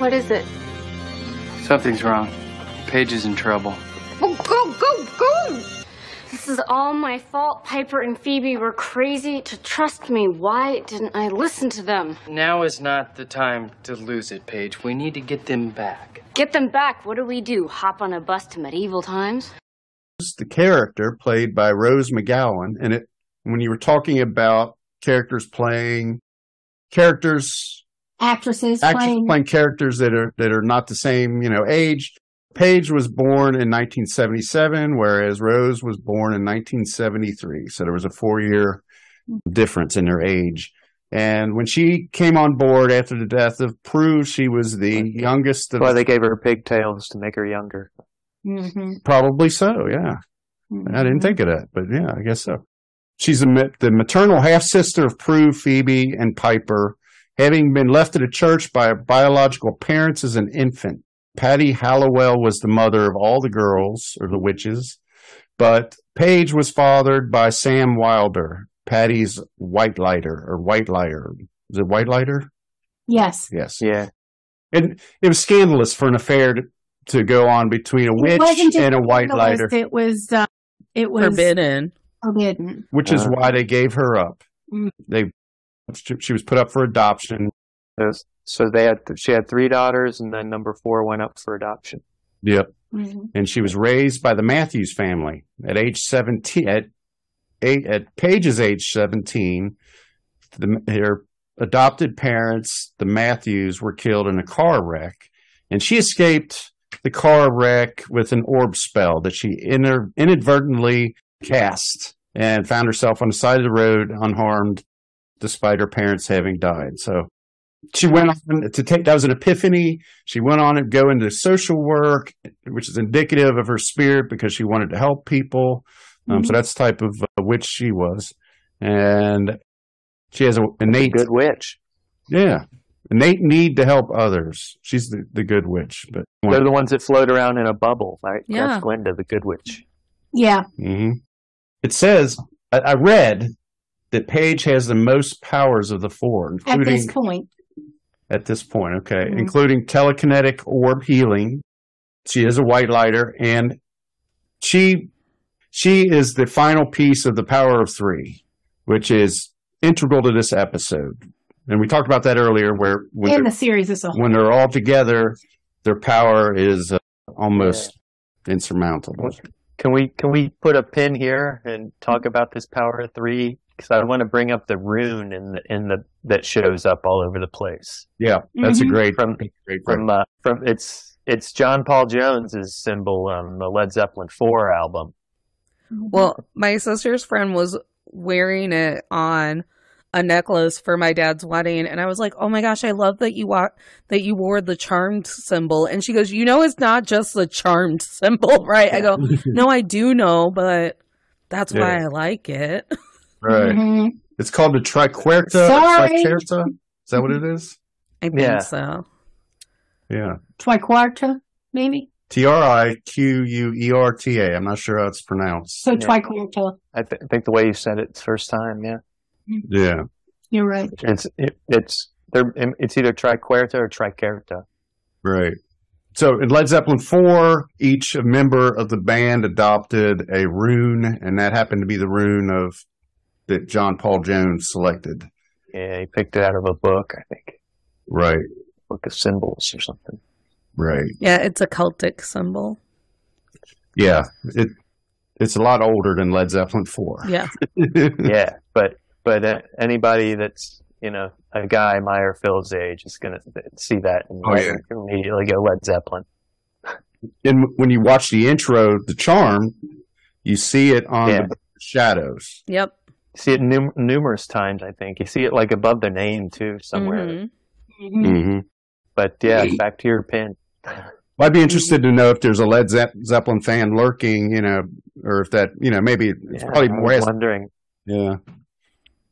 S9: What is it?
S8: Something's wrong. Paige is in trouble.
S9: Well, go, go, go! This is all my fault. Piper and Phoebe were crazy to trust me. Why didn't I listen to them?
S8: Now is not the time to lose it, Paige. We need to get them back.
S9: Get them back. What do we do? Hop on a bus to medieval times?
S4: It's The character played by Rose McGowan, and it when you were talking about characters playing characters,
S6: Actresses
S4: actors
S6: playing.
S4: playing. characters that are that are not the same, you know, age. Paige was born in 1977, whereas Rose was born in 1973. So there was a four year difference in her age. And when she came on board after the death of Prue, she was the youngest of
S7: That's why they gave her pigtails to make her younger.
S4: Mm-hmm. Probably so, yeah. I didn't think of that, but yeah, I guess so. She's the ma- the maternal half sister of Prue, Phoebe, and Piper, having been left at a church by her biological parents as an infant. Patty Halliwell was the mother of all the girls, or the witches, but Paige was fathered by Sam Wilder, Patty's white lighter, or white lighter. Is it white lighter?
S6: Yes.
S4: Yes. Yeah. And it was scandalous for an affair to, to go on between a
S6: It
S4: witch
S6: wasn't just
S4: and a white
S6: scandalous,
S4: lighter,
S6: It was. Uh, it was
S5: forbidden.
S6: Forbidden.
S4: which is why they gave her up.
S6: Mm.
S4: They she was put up for adoption.
S7: Those- So they had she had three daughters, and then number four went up for adoption.
S4: Yep.
S6: Mhm.
S4: And she was raised by the Matthews family. At age 17, at eight at Paige's age seventeen, the, her adopted parents, the Matthews, were killed in a car wreck, and she escaped the car wreck with an orb spell that she inter- inadvertently cast and found herself on the side of the road unharmed, despite her parents having died. So she went on to take that was an epiphany. She went on to go into social work, which is indicative of her spirit because she wanted to help people. Um, So
S14: Mhm.
S4: that's the type of uh, witch she was, and she has an innate good
S7: witch.
S4: Yeah, innate need to help others. She's the, the good witch, but
S7: They're the ones that float around in a bubble, right?
S6: Yeah.
S7: That's Glinda, the good witch.
S6: Yeah.
S4: hmm It says I, I read that Paige has the most powers of the four,
S6: At
S4: including
S6: this point,
S4: at this point, okay,
S6: Mhm.
S4: including telekinetic orb healing. She is a white lighter, and she she is the final piece of the power of three, which is integral to this episode. And we talked about that earlier, where when
S6: in
S4: they're-
S6: the series as a whole.
S4: when they're all together, their power is uh, almost insurmountable.
S7: Can we can we put a pin here and talk about this power of three? Because I want to bring up the rune in the in the that shows up all over the place.
S4: Yeah, that's a
S7: Mhm.
S4: great
S7: from
S4: great
S7: from uh, from it's it's John Paul Jones's symbol on the Led Zeppelin Four album.
S5: Well, my sister's friend was wearing it on a necklace for my dad's wedding, and I was like, "Oh my gosh, I love that you wa- that you wore the charmed symbol." And she goes, "You know, it's not just the charmed symbol, right?" I go, "No, I do know, but that's why
S4: Yeah.
S5: I like it."
S4: Right.
S6: Mm-hmm.
S5: Mhm.
S4: It's called the triquerta.
S5: Sorry.
S4: Tricerta? Is that what it is?
S5: I think
S4: Yeah.
S5: so.
S4: Yeah.
S6: Triquarta, maybe?
S4: T R I Q U E R T A. I'm not sure how it's pronounced.
S6: So triquarta.
S7: I, th- I think the way you said it first time, yeah.
S4: Yeah.
S6: You're right.
S7: It's it, it's they're, it's either triquerta or tricerta.
S4: Right. So in Led Zeppelin 4, each member of the band adopted a rune, and that happened to be the rune of that John Paul Jones selected.
S7: Yeah, he picked it out of a book, I think.
S4: Right.
S7: Book of symbols or something.
S4: Right.
S5: Yeah, it's a Celtic symbol.
S4: Yeah. It it's a lot older than Led Zeppelin 4.
S5: Yeah.
S7: yeah, but but uh, anybody that's you know a guy Meyer Phil's age is gonna see that and
S4: Oh, yeah.
S7: immediately go Led Zeppelin.
S4: And when you watch the intro, the charm, you see it on the shadows.
S5: Yep.
S7: See it num- numerous times, I think. You see it like above their name too, somewhere.
S5: Mm-hmm.
S4: Mm-hmm.
S7: But yeah, back to your pin.
S4: Well, I'd be interested to know if there's a Led Zepp- Zeppelin fan lurking, you know, or if that, you know, maybe it's
S7: Yeah,
S4: probably
S7: I
S4: more.
S7: was
S4: as-
S7: wondering.
S4: Yeah.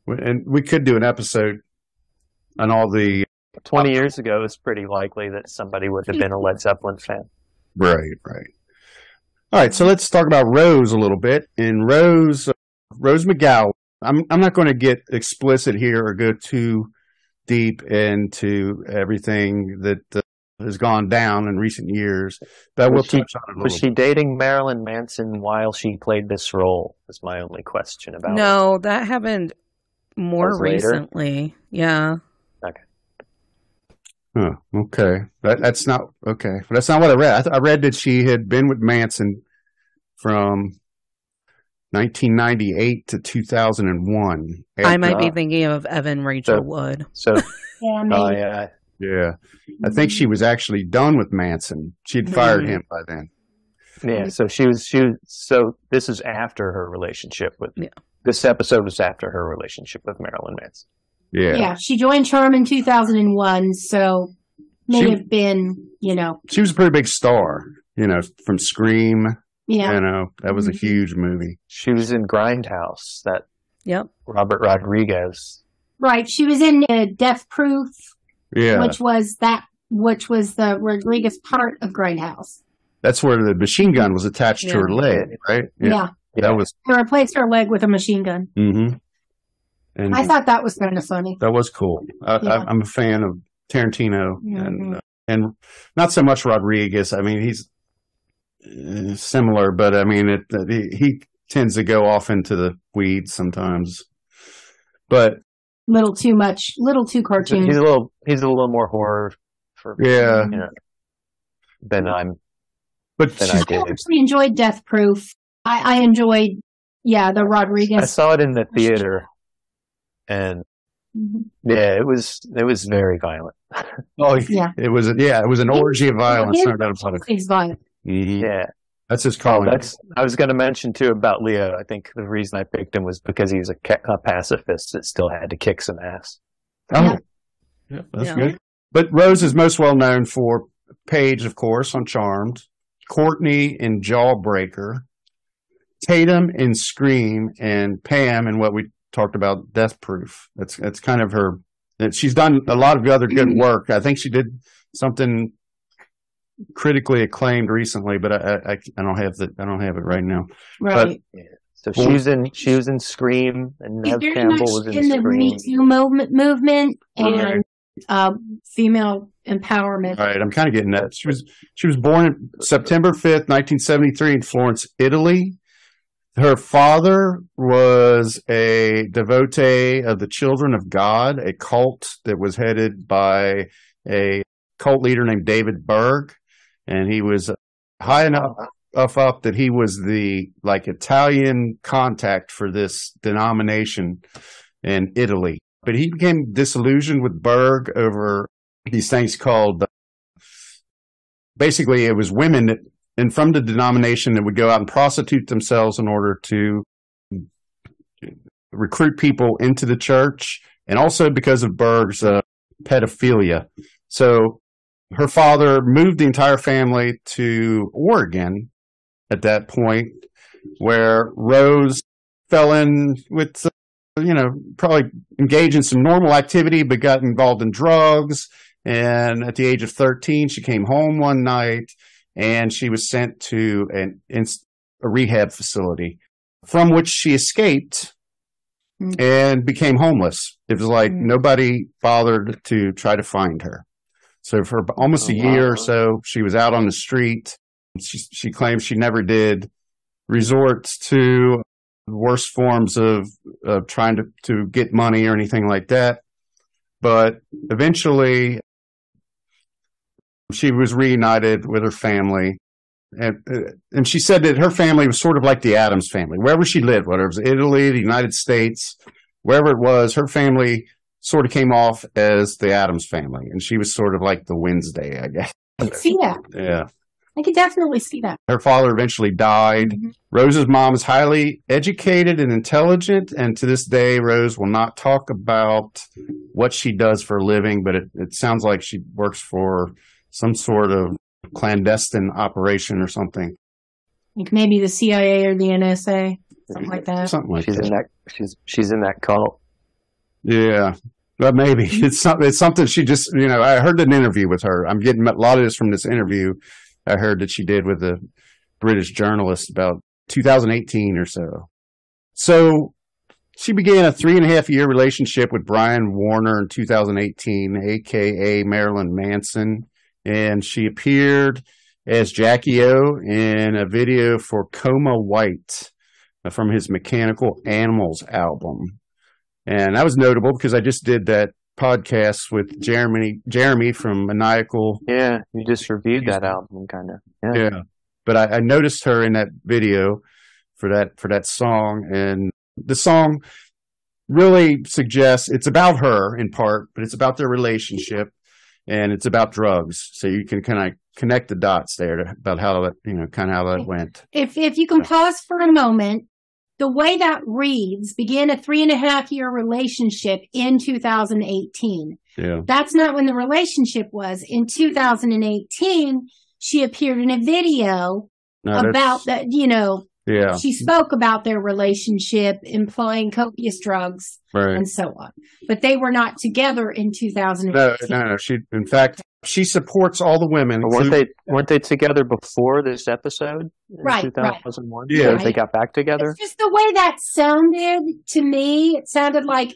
S4: We- And we could do an episode on all the.
S7: Twenty years ago, it's pretty likely that somebody would have been a Led Zeppelin fan.
S4: Right, right. All right, so let's talk about Rose a little bit. And Rose, uh, Rose McGowan. I'm I'm not going to get explicit here or go too deep into everything that uh, has gone down in recent years, but I will
S7: was she,
S4: touch on it a
S7: was
S4: little.
S7: she dating Marilyn Manson while she played this role? Is my only question about. it.
S5: No, that happened more
S7: was later?
S5: recently. Yeah.
S4: Oh, okay. That, that's not okay. But that's not what I read. I, th- I read that she had been with Manson from 1998 to 2001.
S5: I might be
S4: After-
S5: thinking of Evan Rachel Wood.
S7: So, uh,
S6: yeah,
S4: Oh, yeah. Yeah. I think she was actually done with Manson.
S6: Mm-hmm.
S4: She'd fired
S7: Mhm.
S4: him by then.
S7: Yeah, so she was she was, so this is after her relationship with this episode was after her relationship with Marilyn Manson.
S6: Yeah. she joined Charm in 2001, so may
S4: She-
S6: have been, you know,
S4: She was a pretty big star, you know, from Scream.
S6: Yeah.
S4: You know, that was a
S6: Mhm.
S4: huge movie.
S7: She was in Grindhouse, that
S5: Yep.
S7: Robert Rodriguez.
S6: right. She was in uh, Death Proof,
S4: Yeah.
S6: which was that, which was the Rodriguez part of Grindhouse.
S4: That's where the machine gun was attached to her
S6: Yeah.
S4: leg, right?
S6: Yeah.
S4: That was.
S6: They replaced her leg with a machine gun.
S4: Mm-hmm. And
S7: Mm-hmm.
S6: I thought that was kind of funny.
S4: that was cool. I,
S6: Yeah.
S4: I, I'm a fan of Tarantino and
S6: Mhm.
S4: uh, and not so much Rodriguez. I mean, he's uh, similar, but I mean, it, that he, he tends to go off into the weeds sometimes. But
S6: Little too much, little too
S7: So
S6: cartoon.
S7: he's a little he's a little more horror for
S4: Yeah.
S7: you know, than I'm
S4: but
S7: than I did.
S6: I actually enjoyed Death Proof. I, I enjoyed Yeah, the
S7: I
S6: Rodriguez.
S7: saw it in the theater, and
S6: Mhm.
S7: yeah, it was it was very violent.
S4: Oh,
S6: Yeah.
S4: It was, yeah, it was an orgy of violence. No doubt about it.
S6: He's violent.
S7: Yeah,
S4: that's his calling.
S7: Mm-hmm. Oh, That's I was going to mention too about Leo. I think the reason I picked him was because he's a, ca- a pacifist that still had to kick some ass.
S4: Oh, yeah, that's
S7: Yeah.
S4: good. But Rose is most well known for Paige, of course, on Charmed, Courtney in Jawbreaker, Tatum in Scream, and Pam in what we talked about, Death Proof. That's that's kind of her. that- She's done a lot of other good work. I think she did something critically acclaimed recently, but I I, I don't have the I don't have it right now.
S6: Right.
S4: But,
S7: So she was in she was in Scream, and
S6: He's
S7: Nev
S6: very
S7: Campbell
S6: much
S7: was in,
S6: in the
S7: Scream.
S6: Me Too movement, movement
S7: Right.
S6: and uh, female empowerment.
S4: All right, I'm kind of getting that. She was she was born in September 5th, 1973, in Florence, Italy. Her father was a devotee of the Children of God, a cult that was headed by a cult leader named David Berg, and he was high enough enough up that he was the like Italian contact for this denomination in Italy. But he became disillusioned with Berg over these things called basically it was women that, and from the denomination that would go out and prostitute themselves in order to recruit people into the church and also because of Berg's uh, pedophilia. So her father moved the entire family to Oregon at that point where Rose fell in with uh, you know probably engaged in some normal activity but got involved in drugs and at the age of 13 she came home one night and she was sent to an inst- a rehab facility from which she escaped and became homeless it was like nobody bothered to try to find her so for ab- almost a year or so, she was out on the street. She she claims she never did resort to the worst forms of of trying to to get money or anything like that. But eventually, she was reunited with her family. And, uh, and she said that her family was sort of like the Adams family. Wherever she lived, whether it was Italy, the United States, wherever it was, her family sort of came off as the Adams family, and she was sort of like the Wednesday, I guess.
S6: See that?
S4: yeah.
S6: I could definitely see that.
S4: Her father eventually died.
S6: Mm-hmm.
S4: Rose's mom is highly educated and intelligent, and to this day, Rose will not talk about what she does for a living, but it, it sounds like she works for some sort of clandestine operation or something.
S6: Like maybe the CIA or the NSA, something like that.
S4: Something like
S7: she's
S4: that.
S7: in that she's she's in that cult.
S4: Yeah. But maybe it's something, it's something she just, you know, I heard an interview with her. I'm getting a lot of this from this interview I heard that she did with a British journalist about 2018 or so. So she began a three and a half year relationship with Brian Warner in 2018, AKA Marilyn Manson. And she appeared as Jackie O in a video for Coma White from his Mechanical Animals album. And that was notable because I just did that podcast with Jeremy Jeremy from Maniacal.
S7: Yeah, you just reviewed that album, kind of.
S4: Yeah. But I, I noticed her in that video for that for that song and the song really suggests it's about her in part, but it's about their relationship and it's about drugs. So you can kind of connect the dots there to, about how that you know kind of how that went.
S6: If if you can pause for a moment, the way that reads, begin a three and a half year relationship in 2018.
S4: Yeah.
S6: That's not when the relationship was. In 2018, she appeared in a video
S4: No, that's-
S6: about that. You know,
S4: Yeah.
S6: she spoke about their relationship, implying copious drugs
S4: Right.
S6: and so on. But they were not together in 2018.
S4: No, no, no. She in fact she supports all the women.
S7: But weren't they weren't they together before this episode?
S6: Right,
S7: Two
S6: right.
S7: thousand one.
S4: Yeah.
S7: They got back together.
S6: Just the way that sounded to me, it sounded like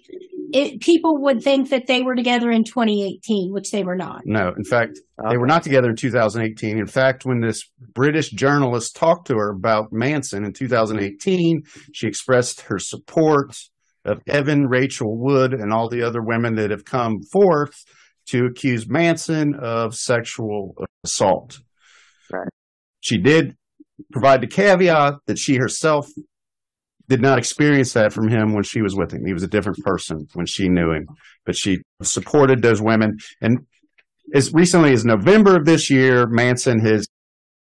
S6: it, people would think that they were together in 2018, which they were not.
S4: No, in fact, they were not together in 2018. In fact, when this British journalist talked to her about Manson in 2018, she expressed her support of Evan Rachel Wood and all the other women that have come forth to accuse Manson of sexual assault.
S7: Right.
S4: She did provide the caveat that she herself did not experience that from him when she was with him. He was a different person when she knew him, but she supported those women. And as recently as November of this year, Manson has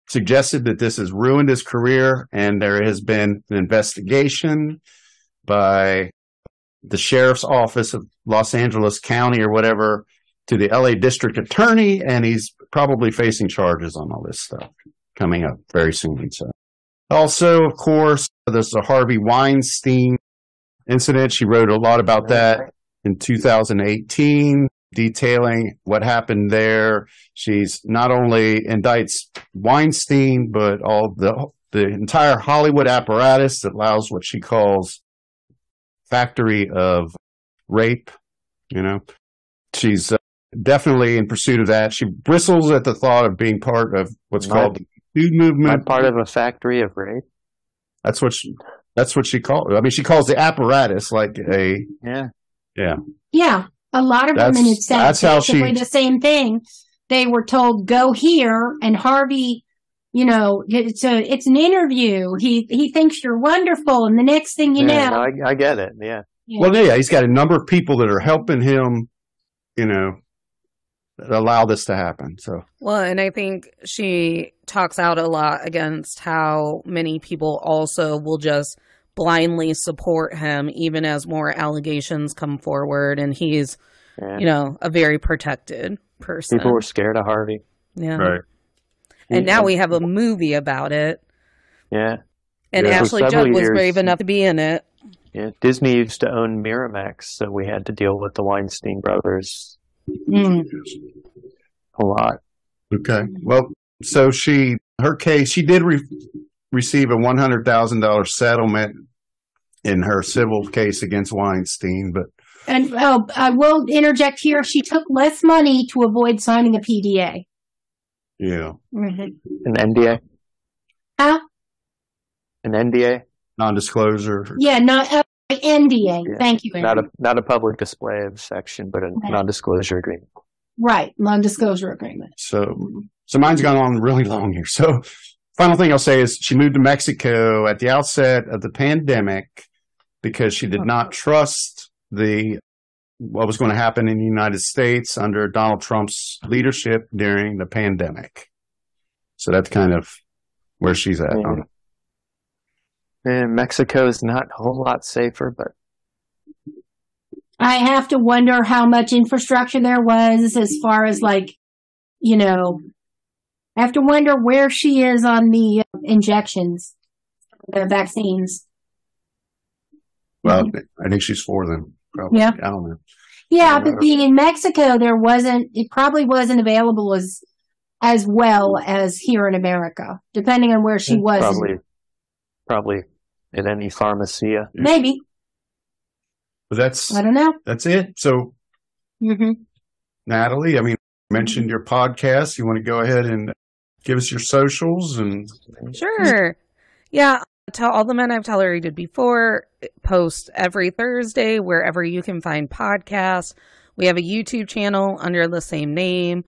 S4: suggested that this has ruined his career, and there has been an investigation by the sheriff's office of Los Angeles County or whatever to the LA district attorney, and he's probably facing charges on all this stuff coming up very soon. So, also, of course, there's the Harvey Weinstein incident. She wrote a lot about that in 2018, detailing what happened there. She's not only indicts Weinstein, but all the the entire Hollywood apparatus that allows what she calls factory of rape. You know, she's uh, definitely in pursuit of that. She bristles at the thought of being part of what's
S7: Not-
S4: called the Food Movement.
S7: Not part of a factory of rape.
S4: That's what she, that's what she called. I mean, she calls the apparatus like a
S7: yeah,
S4: yeah.
S6: Yeah, a lot of women
S4: That's-
S6: have said
S4: that's how she-
S6: basically the same thing. They were told go here, and Harvey, you know, it's a it's an interview. He he thinks you're wonderful, and the next thing you
S7: yeah,
S6: know,
S7: no, I, I get it. Yeah.
S4: Well, yeah, he's got a number of people that are helping him. You know, that allow this to happen. So
S5: Well, and I think she talks out a lot against how many people also will just blindly support him, even as more allegations come forward, and he's,
S7: Yeah.
S5: you know, a very protected person.
S7: People were scared of Harvey.
S5: Yeah. Right. and
S7: Mm-hmm.
S5: now we have a movie about it,
S7: Yeah.
S5: and
S7: Yeah. For
S5: Ashley
S7: several
S5: Judd was
S7: years-
S5: brave enough to be in it.
S7: Yeah, Disney used to own Miramax, so we had to deal with the Weinstein brothers
S6: Mm.
S7: a lot.
S4: okay, well, so she her case she did re- receive a one hundred thousand dollars settlement in her civil case against Weinstein, but
S6: and oh, I will interject here. She took less money to avoid signing a PDA.
S4: yeah,
S6: Mhm.
S7: An NDA,
S6: Huh?
S7: an NDA,
S4: non-disclosure.
S6: Yeah, not uh, NDA.
S7: Yeah.
S6: Thank you.
S7: Not a
S6: Andy.
S7: not a public display of section, but a
S6: Right.
S7: non-disclosure agreement.
S6: right, non-disclosure agreement.
S4: So, so mine's gone on really long here. So, final thing I'll say is she moved to Mexico at the outset of the pandemic because she did not trust the what was going to happen in the United States under Donald Trump's leadership during the pandemic. So that's kind of where she's at. on it.
S7: And Mexico is not a whole lot safer, but
S6: I have to wonder how much infrastructure there was as far as like, you know, I have to wonder where she is on the uh, injections, the vaccines.
S4: Well, I think she's for them. Probably.
S6: Yeah.
S4: I don't know.
S6: Yeah,
S4: Yeah.
S6: but being in Mexico, there wasn't, it probably wasn't available as, as well as here in America, depending on where she was.
S7: probably probably at any uh, pharmacia.
S6: Maybe.
S4: But that's
S6: I don't know.
S4: that's it. So,
S6: hmm
S4: Natalie, I mean, you mentioned your podcast. You want to go ahead and give us your socials and
S5: Sure. Yeah. Tell all the men I've tolerated before. Post every Thursday wherever you can find podcasts. We have a YouTube channel under the same name.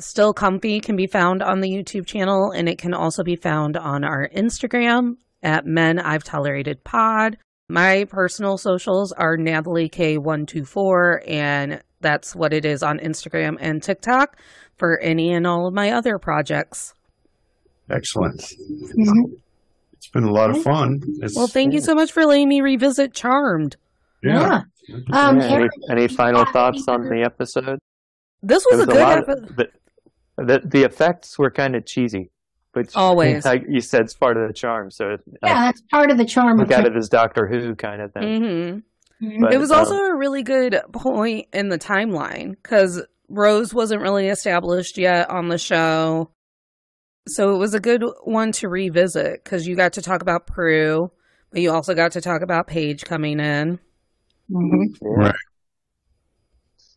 S5: Still Comfy can be found on the YouTube channel, and it can also be found on our Instagram at Men I've Tolerated Pod. My personal socials are Natalie K124, and that's what it is on Instagram and TikTok for any and all of my other projects.
S4: Excellent.
S6: Mm-hmm.
S4: It's been a lot of fun. It's,
S5: Well, thank you so much for letting me revisit Charmed.
S4: Yeah.
S6: Um,
S7: Yeah, any,
S6: Karen,
S7: any final thoughts on the episode?
S5: This was,
S7: There
S5: a good
S7: lot of-
S5: episode.
S7: The, the, the effects were kind of cheesy, but
S5: Always.
S7: like you said, it's part of the charm. So uh,
S6: yeah, Mm-hmm. that's part of the
S7: I
S6: charm.
S7: look
S6: Of
S7: at
S6: it.
S7: it as Doctor Who kind of thing.
S5: hmm
S7: But,
S5: it was
S7: um,
S5: also a really good point in the timeline because Rose wasn't really established yet on the show. So it was a good one to revisit because you got to talk about Prue, but you also got to talk about Paige coming in.
S6: Mm-hmm.
S4: Right.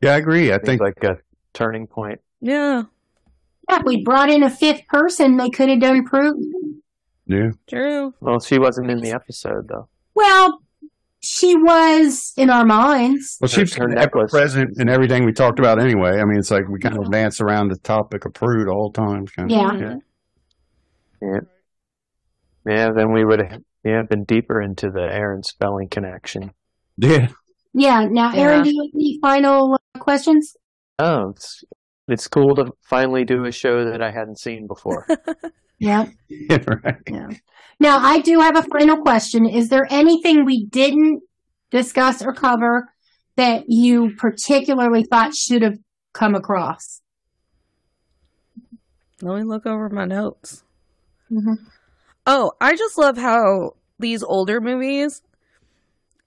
S4: Yeah, I agree. I think
S7: like a turning point.
S5: Yeah,
S6: Yeah, if we brought in a fifth person, they could have done proof.
S4: Yeah.
S5: true.
S7: Well, she wasn't in the episode though.
S6: Well, she was in our minds.
S4: Well, she's
S7: her
S4: ever present in everything we talked about anyway. I mean, it's like we kind of dance around the topic of prude all the time. Kind of,
S6: Yeah.
S7: Yeah. Yeah. Then we would Yeah, I've been deeper into the Aaron spelling connection.
S4: Yeah.
S6: Yeah. Now, Aaron,
S7: Yeah.
S6: do you have any final uh, questions?
S7: Oh, it's, it's cool to finally do a show that I hadn't seen before.
S6: Yeah.
S4: yeah, right.
S6: Now, I do have a final question. Is there anything we didn't discuss or cover that you particularly thought should have come across?
S5: Let me look over my notes.
S6: Mhm.
S5: Oh, I just love how these older movies,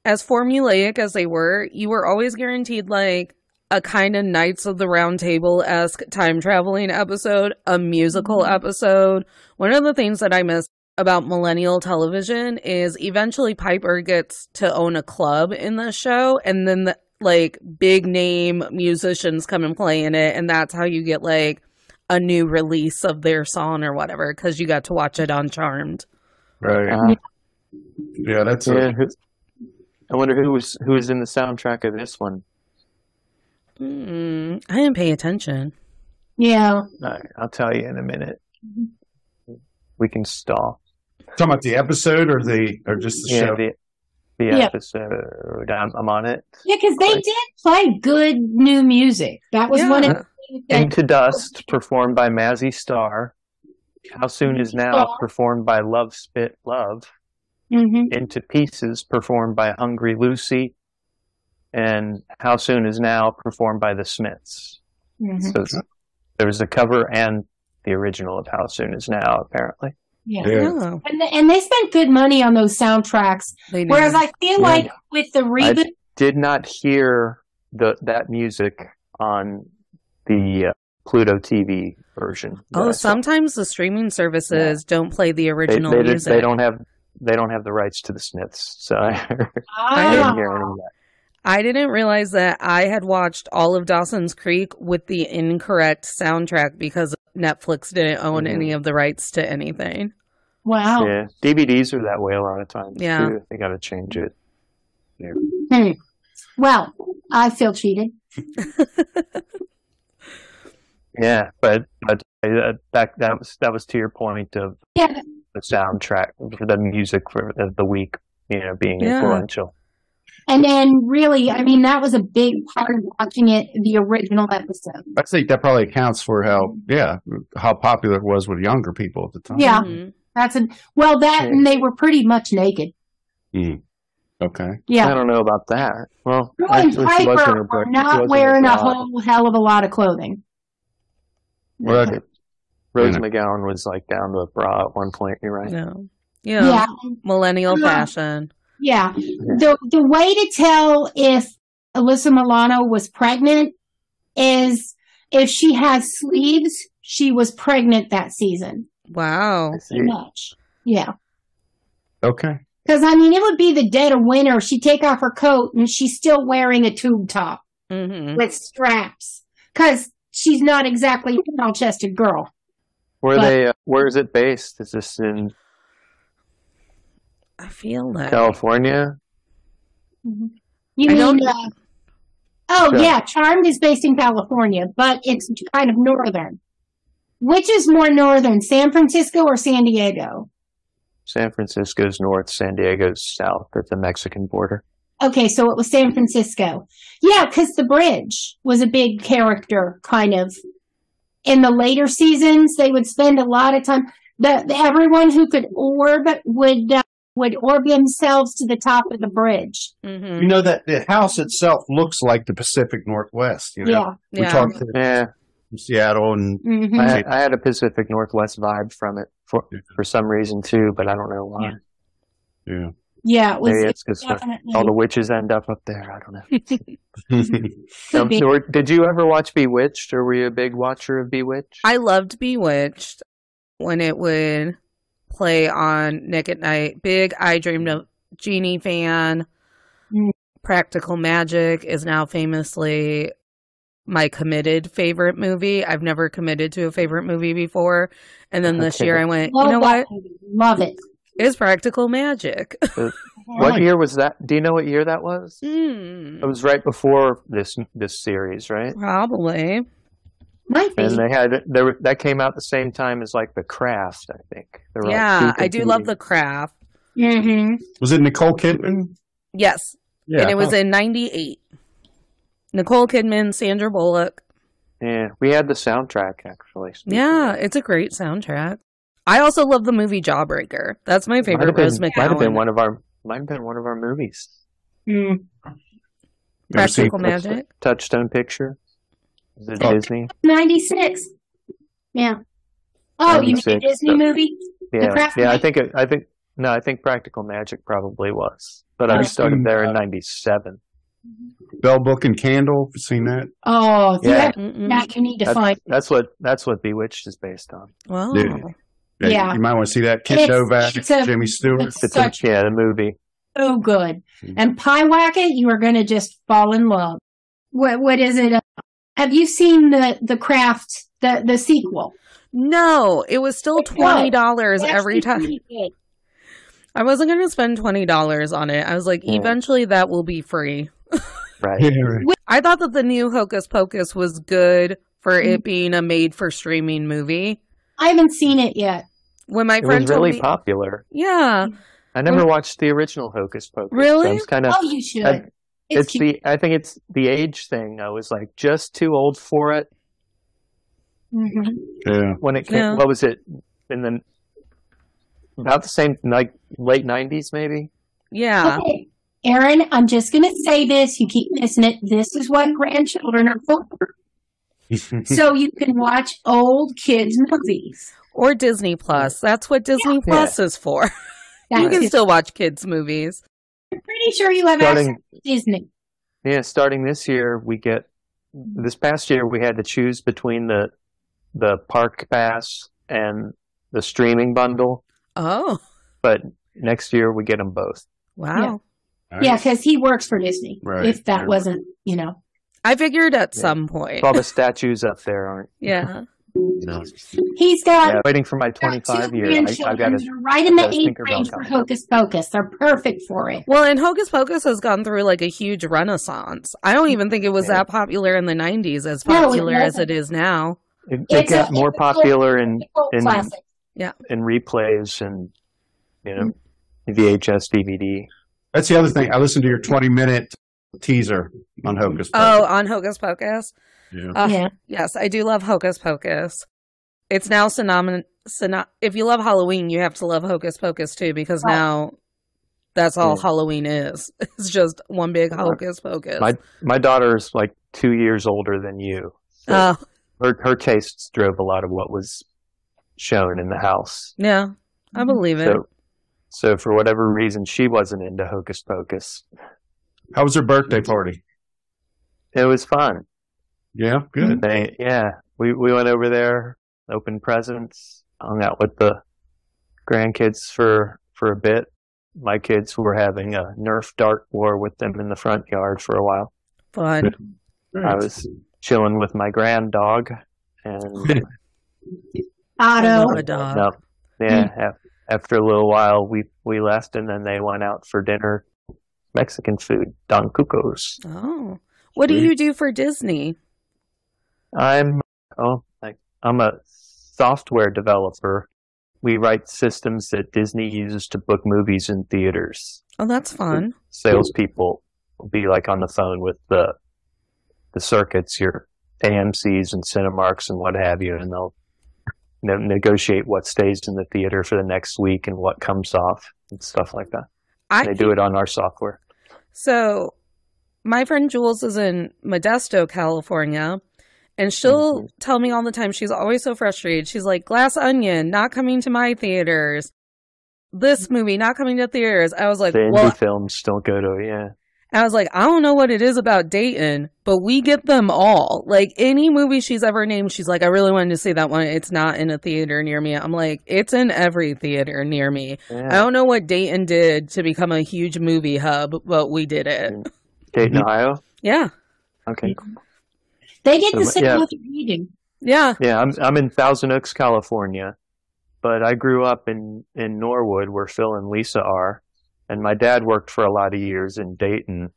S5: as formulaic as they were, you were always guaranteed like a kind of Knights of the Round Table esque time traveling episode, a musical episode. One of the things that I miss about millennial television is eventually Piper gets to own a club in the show, and then the, like big name musicians come and play in it, and that's how you get like a new release of their song or whatever because you got to watch it on Charmed.
S4: Right. yeah, that's
S7: Uh, yeah, who, I wonder who was who was in the soundtrack of this one.
S5: Mm, I didn't pay attention.
S6: Yeah.
S7: I, I'll tell you in a minute.
S4: Mm-hmm.
S7: We can stall.
S4: Talking about the episode or the or just the
S7: yeah,
S4: show?
S7: the, the
S6: Yeah.
S7: episode. I'm, I'm on it.
S6: Yeah, because they did play good new music. That was one of the things that
S7: Into Dust, performed by Mazzy Star. How Soon Is Now,
S4: Oh.
S6: Star.
S7: performed by Love Spit Love.
S6: Mhm.
S7: Into Pieces, performed by Hungry Lucy. And How Soon Is Now, performed by The Smiths.
S6: Mm-hmm.
S5: Mm-hmm.
S7: So it's- there was the cover and the original of How Soon Is Now, apparently.
S6: Yeah.
S7: Yeah.
S6: And, they, and they spent good money on those soundtracks.
S7: did.
S6: Whereas I feel
S7: Yeah.
S6: like with the reboot,
S7: I did not hear the that music on the uh, Pluto TV version.
S5: Oh,
S7: that I saw.
S5: sometimes the streaming services don't play the
S7: They-
S5: original
S7: they, did-
S5: music.
S7: They don't have they don't have the rights to the Smiths, so I,
S5: Ah.
S7: I
S6: oh,
S7: didn't hear any of that.
S5: I didn't realize that I had watched all of Dawson's Creek with the incorrect soundtrack because Netflix didn't own
S7: Mhm.
S5: any of the rights to anything.
S6: Wow.
S7: Yeah, DVDs are that way a lot of times.
S5: Oh. Yeah.
S7: too. they got to change it. Yeah.
S6: Hmm. Well, I feel cheated.
S7: Yeah, but but uh, that that was that was to your point of
S6: Yeah.
S7: the soundtrack for the music for of the week, you know, being
S6: Yeah.
S7: influential.
S6: And then really, I mean, that was a big part of watching it, the original episode.
S4: I think that probably accounts for how yeah how popular it was with younger people at the time.
S6: Yeah.
S5: Mm-hmm.
S6: That's an well that and they were pretty much naked.
S4: Mm. Okay.
S6: Yeah.
S7: I don't know about that. Well,
S6: Drew
S7: I
S6: and
S7: wish it wasn't
S6: Piper
S7: her
S6: were
S7: book. It
S6: not
S7: wasn't
S6: wearing a
S7: about-
S6: whole hell of a lot of clothing.
S4: Well, that-
S7: Rose McGowan was like down to a bra at one point. You're right.
S5: No. You know,
S6: Yeah.
S5: millennial
S6: Yeah.
S5: fashion.
S6: Yeah. The the way to tell if Alyssa Milano was pregnant is if she had sleeves, she was pregnant that season.
S5: Wow.
S6: Pretty much. Yeah.
S4: Okay.
S6: Because I mean, it would be the dead of winter. She'd take off her coat and she's still wearing a tube top
S5: Mm-hmm.
S6: with straps. Because she's not exactly a small chested girl.
S7: Where
S6: But-
S7: they? Uh, where is it based? Is this in
S5: I feel that.
S7: California?
S6: You
S5: I
S6: mean?
S5: don't-
S6: Uh, oh
S7: Yeah.
S6: yeah, Charmed is based in California, but it's kind of northern. Which is more northern, San Francisco or San Diego?
S7: San Francisco's north, San Diego's south, at the Mexican border.
S6: Okay, so it was San Francisco. Yeah, because the bridge was a big character, kind of. In the later seasons, they would spend a lot of time. The, the- everyone who could orb would uh, would orb themselves to the top of the bridge.
S5: Mm-hmm.
S4: You know that the house itself looks like the Pacific Northwest. You know,
S6: Yeah.
S4: we
S6: Yeah.
S4: talked to
S7: Yeah.
S4: Seattle and
S6: Mhm.
S7: I, I had a Pacific Northwest vibe from it for for some reason too, but I don't know why.
S4: Yeah.
S6: Yeah, it was
S7: Maybe it's because
S6: definitely-
S7: all the witches end up up there. I don't know. Um,
S6: be.
S7: Nor- did you ever watch Bewitched, or were you a big watcher of Bewitched?
S5: I loved Bewitched when it would play on Nick at Night. Big I Dreamed of Genie fan. Practical Magic is now famously my committed favorite movie. I've never committed to a favorite movie before. And then this
S7: Okay.
S5: year I went,
S6: Love
S5: you know
S6: that
S5: what?
S6: Love it.
S5: It's Practical Magic.
S7: Uh, what year was that? Do you know what year that was?
S5: Mm,
S7: It was right before this this series, right?
S5: probably.
S6: Might
S7: And they had there were- that came out the same time as like The Craft, I think. There were, like,
S5: Yeah,
S7: two
S5: I do love
S7: competing-
S5: the craft.
S6: Mm-hmm.
S4: Was it Nicole Kidman?
S5: Yes.
S4: Yeah.
S5: And it was in 98. Nicole Kidman, Sandra Bullock.
S7: Yeah, we had the soundtrack actually.
S5: Yeah, it's a great soundtrack. I also love the movie Jawbreaker. That's my
S7: Might
S5: favorite
S7: have been,
S5: Rose
S7: might have been
S5: McGowan.
S7: one of our might have been one of our movies.
S6: Mm-hmm.
S7: Ever seen
S5: Practical
S7: Touch-
S5: Magic.
S7: Touchstone Picture. Is it
S6: Oh.
S7: Disney?
S6: 96. Yeah. Oh, you mean the
S7: 96,
S6: Disney
S7: uh,
S6: movie? The
S7: Yeah,
S6: Craft
S7: yeah. I think it, I think no, I think Practical Magic probably was, but I
S5: Oh.
S4: I've
S7: started
S4: seen
S7: there in '97.
S4: Bell Book and Candle. Seen that?
S6: Oh,
S7: Yeah.
S6: yeah. That you need to
S7: That's,
S6: find.
S7: that's what that's what Bewitched is based on.
S5: Wow.
S4: Dude.
S6: Yeah.
S4: You might want to see that. Kit
S6: It's-
S4: Novak,
S6: it's a-
S4: Jimmy Stewart.
S6: it's It's a- such-
S7: yeah, the movie.
S6: So good.
S7: Mm-hmm.
S6: And Pie Wacket, you are going to just fall in love. What What is it? Uh, Have you seen the the Craft the the sequel?
S5: No, it was still twenty dollars every time. I wasn't gonna spend twenty dollars on it. I was
S7: Oh.
S5: like,
S12: Yeah.
S5: eventually that will be free.
S7: Right.
S5: I thought that the new Hocus Pocus was good for it being a made for streaming movie.
S6: I haven't seen it yet.
S5: When my
S7: It
S5: friend
S7: was
S5: told
S7: really
S5: me,
S7: popular.
S5: Yeah.
S7: I never
S5: When-
S7: watched the original Hocus Pocus. so
S5: Really?
S7: I was kind of.
S5: Oh, you should.
S7: I,
S5: It's
S7: it's the. I think it's the age thing. I was like just too old for it
S6: Mm-hmm.
S4: Yeah.
S7: when it came.
S5: Yeah.
S7: What was it? In the about the same like late nineties, maybe.
S5: Yeah.
S6: Okay. Aaron, I'm just going to say this. You keep missing it. This is what grandchildren are for. so you can watch old kids' movies.
S5: Or Disney Plus. That's what Disney Plus is for. you
S6: That's
S5: can
S6: it.
S5: still watch kids' movies.
S6: I'm pretty sure you have
S7: Starting-
S6: access to Disney.
S7: Yeah, starting this year, we get this past year we had to choose between the the park pass and the streaming bundle,
S5: Oh,
S7: but next year we get them both.
S5: wow.
S6: Yeah, 'cause Yeah, because he works for Disney.
S7: Right.
S6: If that
S7: Yeah.
S6: wasn't, you know.
S5: I figured at some point.
S7: All the statues up there aren't.
S5: Yeah.
S7: No.
S6: He's
S5: Um,
S6: got
S7: Yeah, waiting for my twenty-five year. I, I've got
S6: grandchildren.
S7: to.
S6: They're right in
S7: I
S6: the
S7: gotta
S6: age
S7: tinker
S6: range
S7: about
S6: for Hocus Pocus. They're perfect for it.
S5: Well, and Hocus Pocus has gone through like a huge renaissance. I don't even think it was that popular in the 90s, as
S6: No, it
S5: popular as
S6: wasn't.
S5: it is now.
S7: It, it
S5: It's
S7: got
S5: a-
S7: more
S5: it's a cult-
S7: popular in in
S5: Yeah.
S7: in replays and you know VHS DVD.
S4: That's the other thing. I listened to your 20 minute teaser on Hocus.
S5: Oh, on Hocus Pocus?
S4: Yeah.
S5: Uh, Yes, I do love Hocus Pocus. It's now synonymous. Syno- if you love Halloween, you have to love Hocus Pocus too, because
S11: Right.
S5: now that's all
S7: Yeah.
S5: Halloween is. It's just one big Hocus Pocus.
S7: My my daughter's like two years older than you. so
S5: Oh.
S7: her her tastes drove a lot of what was shown in the house.
S5: yeah, I believe it.
S7: Mm-hmm. So, so for whatever reason, she wasn't into Hocus Pocus.
S4: How was her birthday party?
S7: It was fun.
S4: Yeah, good.
S7: They, yeah, we we went over there, opened presents, hung out with the grandkids for for a bit. My kids were having a Nerf dart war with them in the front yard for a while.
S5: Fun.
S7: I
S6: Mm-hmm.
S7: was chilling with my grand dog, and
S5: I
S6: Otto.
S5: love a dog.
S7: no, yeah. af- After a little while, we we left, and then they went out for dinner, Mexican food, Don Cucos.
S5: Oh, what do
S7: Sweet.
S5: you do for Disney?
S7: I'm oh I, I'm a software developer. We write systems that Disney uses to book movies in theaters.
S5: Oh, that's fun.
S7: Salespeople will be like on the phone with the the circuits, your AMC's and Cinemarks and what have you, and they'll you know, negotiate what stays in the theater for the next week and what comes off and stuff like that.
S5: I
S7: they do it on our software.
S5: So, my friend Jules is in Modesto, California, and she'll tell me all the time she's always so frustrated. She's like, Glass Onion not coming to my theaters. This movie not coming to theaters. I was like,
S7: the indie
S5: well,
S7: films don't go to yeah.
S5: I was like, I don't know what it is about Dayton, but we get them all. Like any movie she's ever named, she's like, I really wanted to see that one. It's not in a theater near me. I'm like, it's in every theater near me.
S7: Yeah.
S5: I don't know what Dayton did to become a huge movie hub, but we did it. oh,
S7: Dayton, Ohio.
S5: Yeah.
S7: Okay.
S6: They did
S7: So,
S6: the same
S7: yeah.
S6: with reading.
S5: Yeah.
S7: Yeah, I'm I'm in Thousand Oaks, California, but I grew up in in Norwood where Phil and Lisa are, and my dad worked for a lot of years in Dayton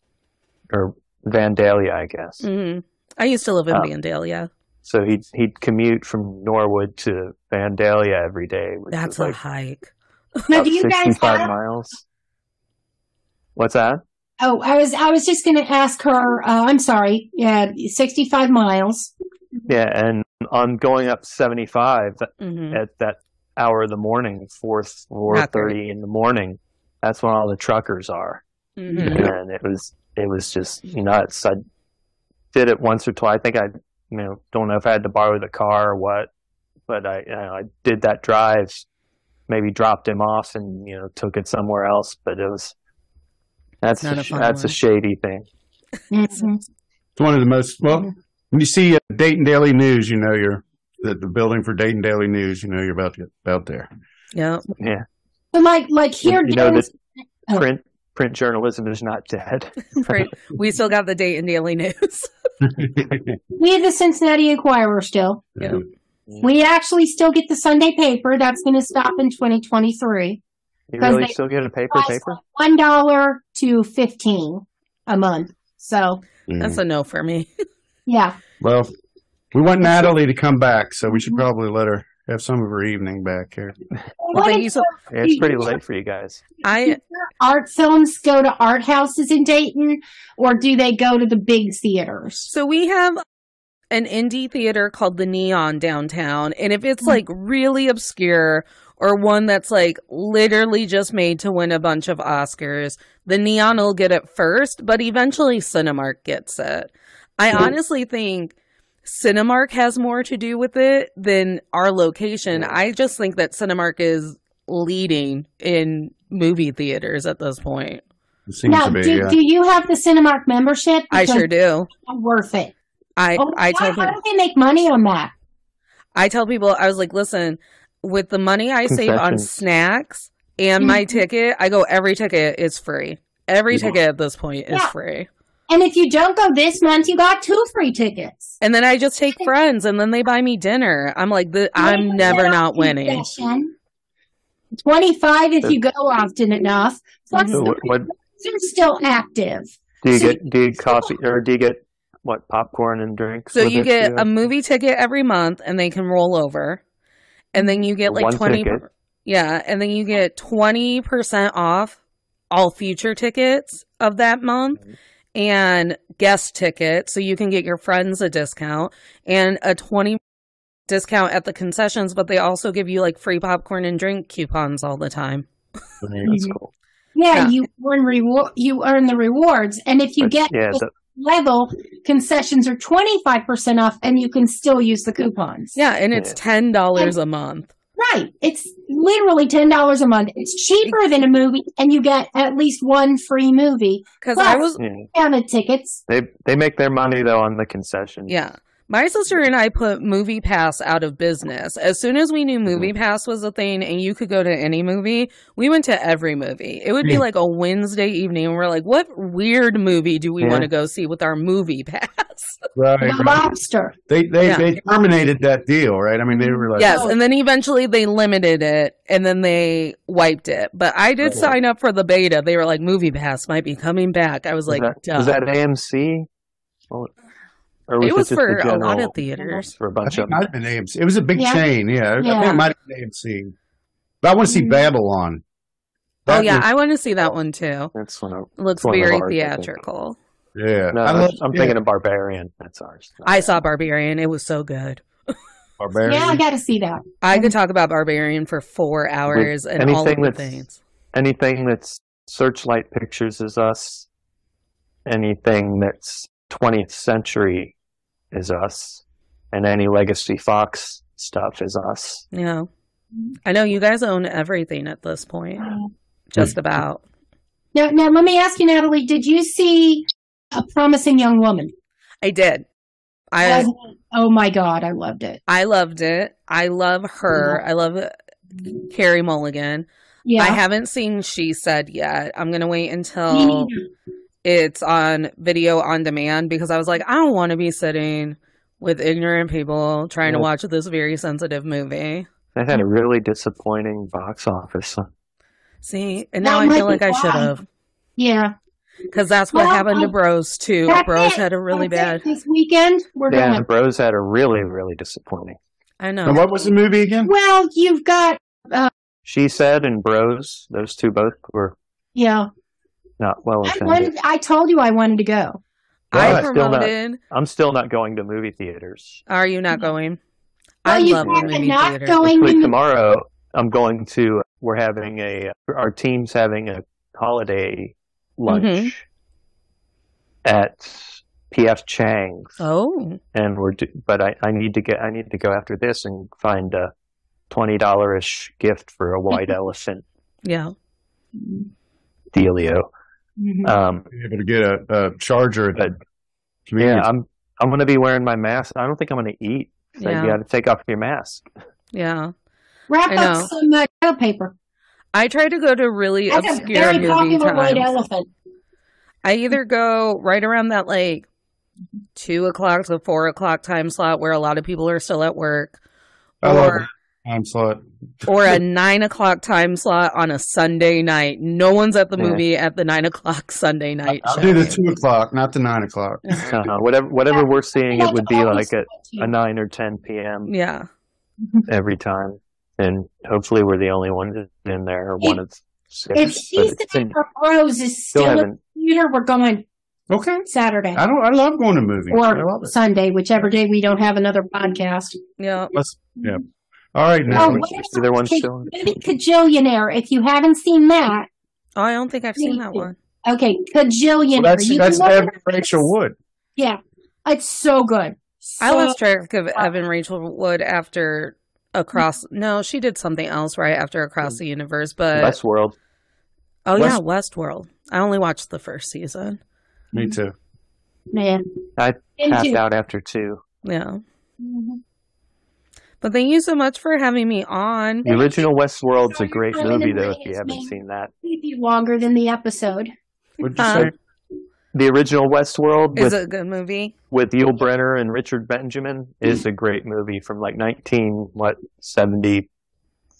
S7: or Vandalia, I guess.
S6: Mm.
S5: hmm I used to live in
S7: Oh.
S5: Vandalia.
S7: So he'd he'd commute from Norwood to Vandalia every day. which
S5: That's
S7: was
S5: a
S7: like
S5: hike.
S6: Now,
S7: About
S6: do you guys
S7: 65
S6: have?
S7: miles. What's that?
S6: Oh, I was I was just going to ask her. Uh, I'm sorry. Yeah, 65 miles. Mm-hmm.
S7: Yeah, and on going up 75 th-
S5: Mhm.
S6: Mm-hmm.
S7: at that hour of the morning, 4, 4.30 in the morning, that's when all the truckers are.
S5: Mm-hmm.
S7: and it was it was just nuts. I did it once or twice. I think I you know don't know if I had to borrow the car or what, but I you know, I did that drive. Maybe dropped him off and you know took it somewhere else. But it was that's
S4: Not
S7: a,
S4: a
S7: sh-
S4: fun
S7: that's a
S4: one.
S7: shady thing. Mm-hmm.
S4: It's one of the most well.
S5: Mm-hmm.
S4: When you see uh, Dayton Daily News, you know you're the, the building for Dayton Daily News. You know you're about to get about there.
S5: Yeah.
S7: Yeah.
S6: So like like here
S7: you know
S6: down-
S7: that
S5: Oh.
S7: print print journalism is not dead.
S5: Right. we still got the date in Daily News.
S6: we have the Cincinnati Enquirer still. Mm-hmm.
S5: Yeah.
S6: We actually still get the Sunday paper. That's going to stop in 2023.
S7: You
S6: 'Cause
S7: really
S6: they
S7: still get a paper
S6: price
S7: paper?
S6: One dollar to 15 a month. So
S5: That's a no for me.
S6: yeah,
S4: Well, we want Natalie to come back, so we should
S5: Mm-hmm.
S4: probably let her have some of her evening back here.
S5: Well, thank you so-
S7: Yeah, it's pretty late for you guys.
S5: I
S6: art films go to art houses in Dayton, or do they go to the big theaters?
S5: So we have an indie theater called the Neon downtown, and if
S6: Mm-hmm.
S5: it's like really obscure or one that's like literally just made to win a bunch of Oscars, the Neon will get it first, but eventually Cinemark gets it. I
S6: Mm-hmm.
S5: honestly think Cinemark has more to do with it than our location. I just think that Cinemark is leading in movie theaters at this point.
S4: It
S6: now, do, do you have the Cinemark membership?
S5: I sure
S6: Because
S5: do.
S6: it's Worth it.
S5: I
S6: Oh, why-
S5: I tell
S6: how
S5: people
S6: do they make money on that?
S5: I tell people, I was like, listen, with the money I save on
S6: Concessions.
S5: snacks and my ticket, I go, every ticket is free. Every
S6: Yeah.
S5: ticket at this point is
S6: Yeah.
S5: free.
S6: And if you don't go this month, you got two free tickets.
S5: And then I just take friends and then they buy me dinner. I'm like, the, I'm never not winning.
S6: Concession. Twenty-five if you go often enough. Plus,
S7: So what, what
S6: they're still active.
S7: do you get? Do you get coffee or do you get what popcorn and drinks?
S5: So
S7: with
S5: you
S7: it,
S5: get
S7: too?
S5: a movie ticket every month and they can roll over. And then you get like
S7: One
S5: 20.
S7: ticket.
S5: Yeah. And then you get 20% off all future tickets of that month and guest tickets. So you can get your friends a discount and a 20 discount at the concessions, but they also give you like free popcorn and drink coupons all the time.
S7: That's cool.
S6: Yeah, you earn reward. You earn the rewards, and if you get
S7: yeah,
S6: this
S7: the-
S6: level, concessions are twenty-five percent off, and you can still use the coupons.
S5: Yeah. And it's $10 a month.
S6: Right. It's literally ten dollars a month. It's cheaper than a movie, and you get at least one free movie.
S5: 'Cause
S6: Plus,
S5: I was-
S7: Yeah.
S6: counted tickets.
S7: They they make their money though on the concession.
S5: Yeah. My sister and I put Movie Pass out of business. As soon as we knew
S7: Mm-hmm.
S5: Movie Pass was a thing and you could go to any movie, we went to every movie. It would be
S11: Yeah.
S5: like a Wednesday evening and we're like, what weird movie do we
S4: Yeah.
S5: want to go see with our movie pass?
S4: Right, right.
S6: Lobster.
S4: They they,
S5: Yeah.
S4: they terminated that deal, right? I mean, they were like,
S5: yes. And then eventually they limited it and then they wiped it. But I did
S7: Yeah.
S5: sign up for the beta. They were like, Movie Pass might be coming back. I was
S7: Is
S5: like,
S7: that,
S5: Duh.
S7: is that AMC? Or or
S5: it was
S7: just
S5: for
S7: the
S5: a lot
S7: general-
S5: of theaters.
S7: For a
S4: I
S7: bunch
S4: think
S7: of
S4: it might have been AMC. It was a big
S5: Yeah.
S4: chain, yeah. I think
S5: Yeah. Mm-hmm.
S4: it might have been AMC. But I want to see Babylon.
S5: Oh,
S4: That
S5: yeah.
S4: was-
S5: I want to see that one too.
S7: That's one of
S5: Looks
S7: one of
S5: very
S7: ours, I think.
S5: theatrical.
S4: yeah.
S7: No,
S4: I
S7: that's-
S4: love-
S7: I'm
S4: yeah.
S7: thinking of Barbarian. That's ours.
S5: I saw Barbarian. It was so good.
S4: Barbarian.
S6: Yeah, I got to see that.
S5: I could talk about Barbarian for four hours
S7: With
S5: and all of
S7: anything
S5: the
S7: that's-
S5: things.
S7: Anything that's Searchlight Pictures is us. Anything that's 20th Century is us, and any Legacy Fox stuff is us.
S5: You know, I know you guys own everything at this point,
S7: Hmm.
S5: just about.
S6: Now, now let me ask you, Natalie. Did you see a promising young woman?
S5: I did. I
S6: Wasn't it? oh my god, I loved it.
S5: I loved it. I love her. I love Carrie Mulligan.
S6: Yeah.
S5: I haven't seen She Said yet. I'm gonna wait until it's on video on demand because I was like, I don't want to be sitting with ignorant people trying to
S7: Yeah.
S5: watch this very sensitive movie.
S7: That had a really disappointing box office.
S5: See, and
S6: That
S5: now I
S6: might
S5: feel
S6: be
S5: like I should
S6: why.
S5: have.
S6: Yeah.
S5: Because that's what
S6: Well,
S5: happened to
S6: I-
S5: Bros too.
S6: That's
S5: Bros
S6: it.
S5: had a really
S6: That's
S5: bad.
S6: it. This weekend, we're
S7: yeah,
S6: going.
S7: Bros had a really, really disappointing.
S5: I know.
S4: And what was the movie again?
S6: Well, you've got uh,
S7: she said and bros. Those two both were
S6: Yeah.
S7: not well
S6: I,
S7: attended.
S6: wanted, I told you I wanted to go.
S5: I
S7: I'm still not-
S5: promoted-
S7: I'm still not going to movie theaters.
S5: Are you not going?
S6: Mm-hmm. Well,
S5: I
S6: you
S5: love
S6: said
S5: movie
S6: you're not
S5: theater.
S6: going
S7: Actually, tomorrow I'm going to. We're having a. Our team's having a holiday lunch
S5: Mhm.
S7: at PF Chang's,
S5: Oh,
S7: and we're. Do, but I, I need to get. I need to go after this and find a twenty dollar ish gift for a white elephant
S5: yeah.
S7: dealio.
S6: Mm-hmm.
S7: Um,
S4: able to get a, a charger.
S7: But, yeah, I'm. I'm going to be wearing my mask. I don't think I'm going to eat. So
S5: Yeah.
S7: you got to take off your mask.
S5: Yeah.
S6: Wrap
S5: I know.
S6: up some uh, toilet paper.
S5: I try to go to really
S6: That's a
S5: obscure
S6: very
S5: movie
S6: popular white
S5: times.
S6: elephant.
S5: I either go right around that like
S6: Mm-hmm.
S5: two o'clock to four o'clock time slot where a lot of people are still at work,
S4: I love
S5: or
S4: that time slot.
S5: or a nine o'clock time slot on a Sunday night. No one's at the
S4: Yeah.
S5: movie at the nine o'clock Sunday night.
S4: I'll
S5: show.
S4: do the two o'clock, not the nine o'clock.
S7: Uh-huh. Whatever whatever we're seeing, it would be like at
S5: you.
S7: a nine or ten p.m.
S5: yeah.
S7: every time, and hopefully we're the only ones in there or
S6: If-
S7: one of six.
S6: If she's
S7: but it's
S6: there,
S7: in-
S6: Rose is still
S7: Still
S6: at the
S7: haven't-
S6: theater. We're going.
S4: Okay.
S6: Saturday.
S4: I don't. I love going to movies. I love
S6: or
S4: it.
S6: Sunday, whichever day we don't have another podcast.
S5: Yeah.
S4: Let's, yeah. All right.
S6: Oh,
S4: Now.
S6: what if Either
S7: one's
S6: still- Maybe Cajillionaire. If you haven't seen that,
S5: Oh, I don't think I've seen that one.
S6: okay, Cajillionaire.
S4: Well, that's
S6: you
S4: that's
S6: can look-
S4: Evan Rachel Wood.
S6: yeah, it's so good.
S5: I
S6: So-
S5: lost track of Evan Rachel Wood after Across. No, she did something else right after Across the Universe, but
S7: Westworld.
S5: oh yeah, Westworld. I only watched the first season.
S4: Me too.
S6: Man,
S7: I
S5: And
S7: passed
S5: you.
S7: out after two.
S5: Yeah.
S6: Mm-hmm.
S5: But thank you so much for having me on.
S7: The original Westworld's a great
S6: Coming in
S7: movie, though. If
S6: late,
S7: you
S6: it's
S7: haven't
S6: me.
S7: seen that,
S6: It'd be longer than the episode.
S4: What'd
S5: you say?
S7: the original Westworld
S5: Is
S7: with
S5: it a good movie?
S7: with Yul Brenner and Richard Benjamin is
S5: Mm.
S7: a great movie from like nineteen what seventy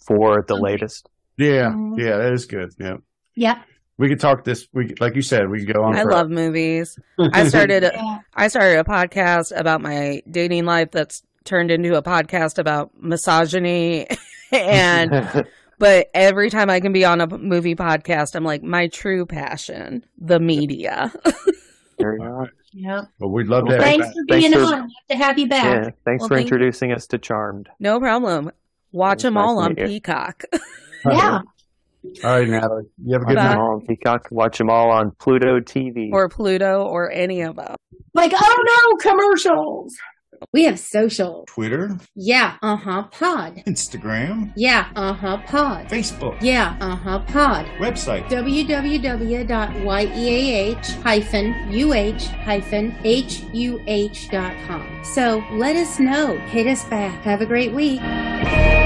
S7: four at the latest.
S4: Yeah.
S6: Mm-hmm.
S4: Yeah. That is good. Yeah.
S6: Yep.
S4: We could talk this. We like you said. We could go on.
S5: I
S4: for-
S5: love movies. I started I started a podcast about my dating life that's turned into a podcast about misogyny and but every time I can be on a movie podcast I'm like my true passion, the media.
S6: Yep.
S4: But we'd love to.
S7: Well,
S4: Have you
S6: Thanks
S4: back.
S6: for being
S7: Thanks for-
S6: on. Love to have you back.
S7: Yeah, thanks
S5: Well,
S7: for
S5: thank-
S7: introducing us to Charmed.
S5: No problem. Watch them
S7: nice
S5: all
S7: to
S5: on
S7: meet you.
S5: Peacock.
S6: Yeah.
S4: All right, Natalie. You have a good
S7: Watch
S5: Bye.
S7: them all on Peacock. Watch them all on Pluto TV.
S5: or Pluto or any of them.
S6: Like, oh no, commercials. We have social.
S14: Twitter,
S6: Yeah. Uh huh. Pod.
S14: Instagram,
S6: Yeah. Uh huh. Pod.
S14: Facebook,
S6: Yeah. Uh huh. Pod.
S14: website.
S6: E www.yeah-uh-huh.com. So let us know. Hit us back. Have a great week.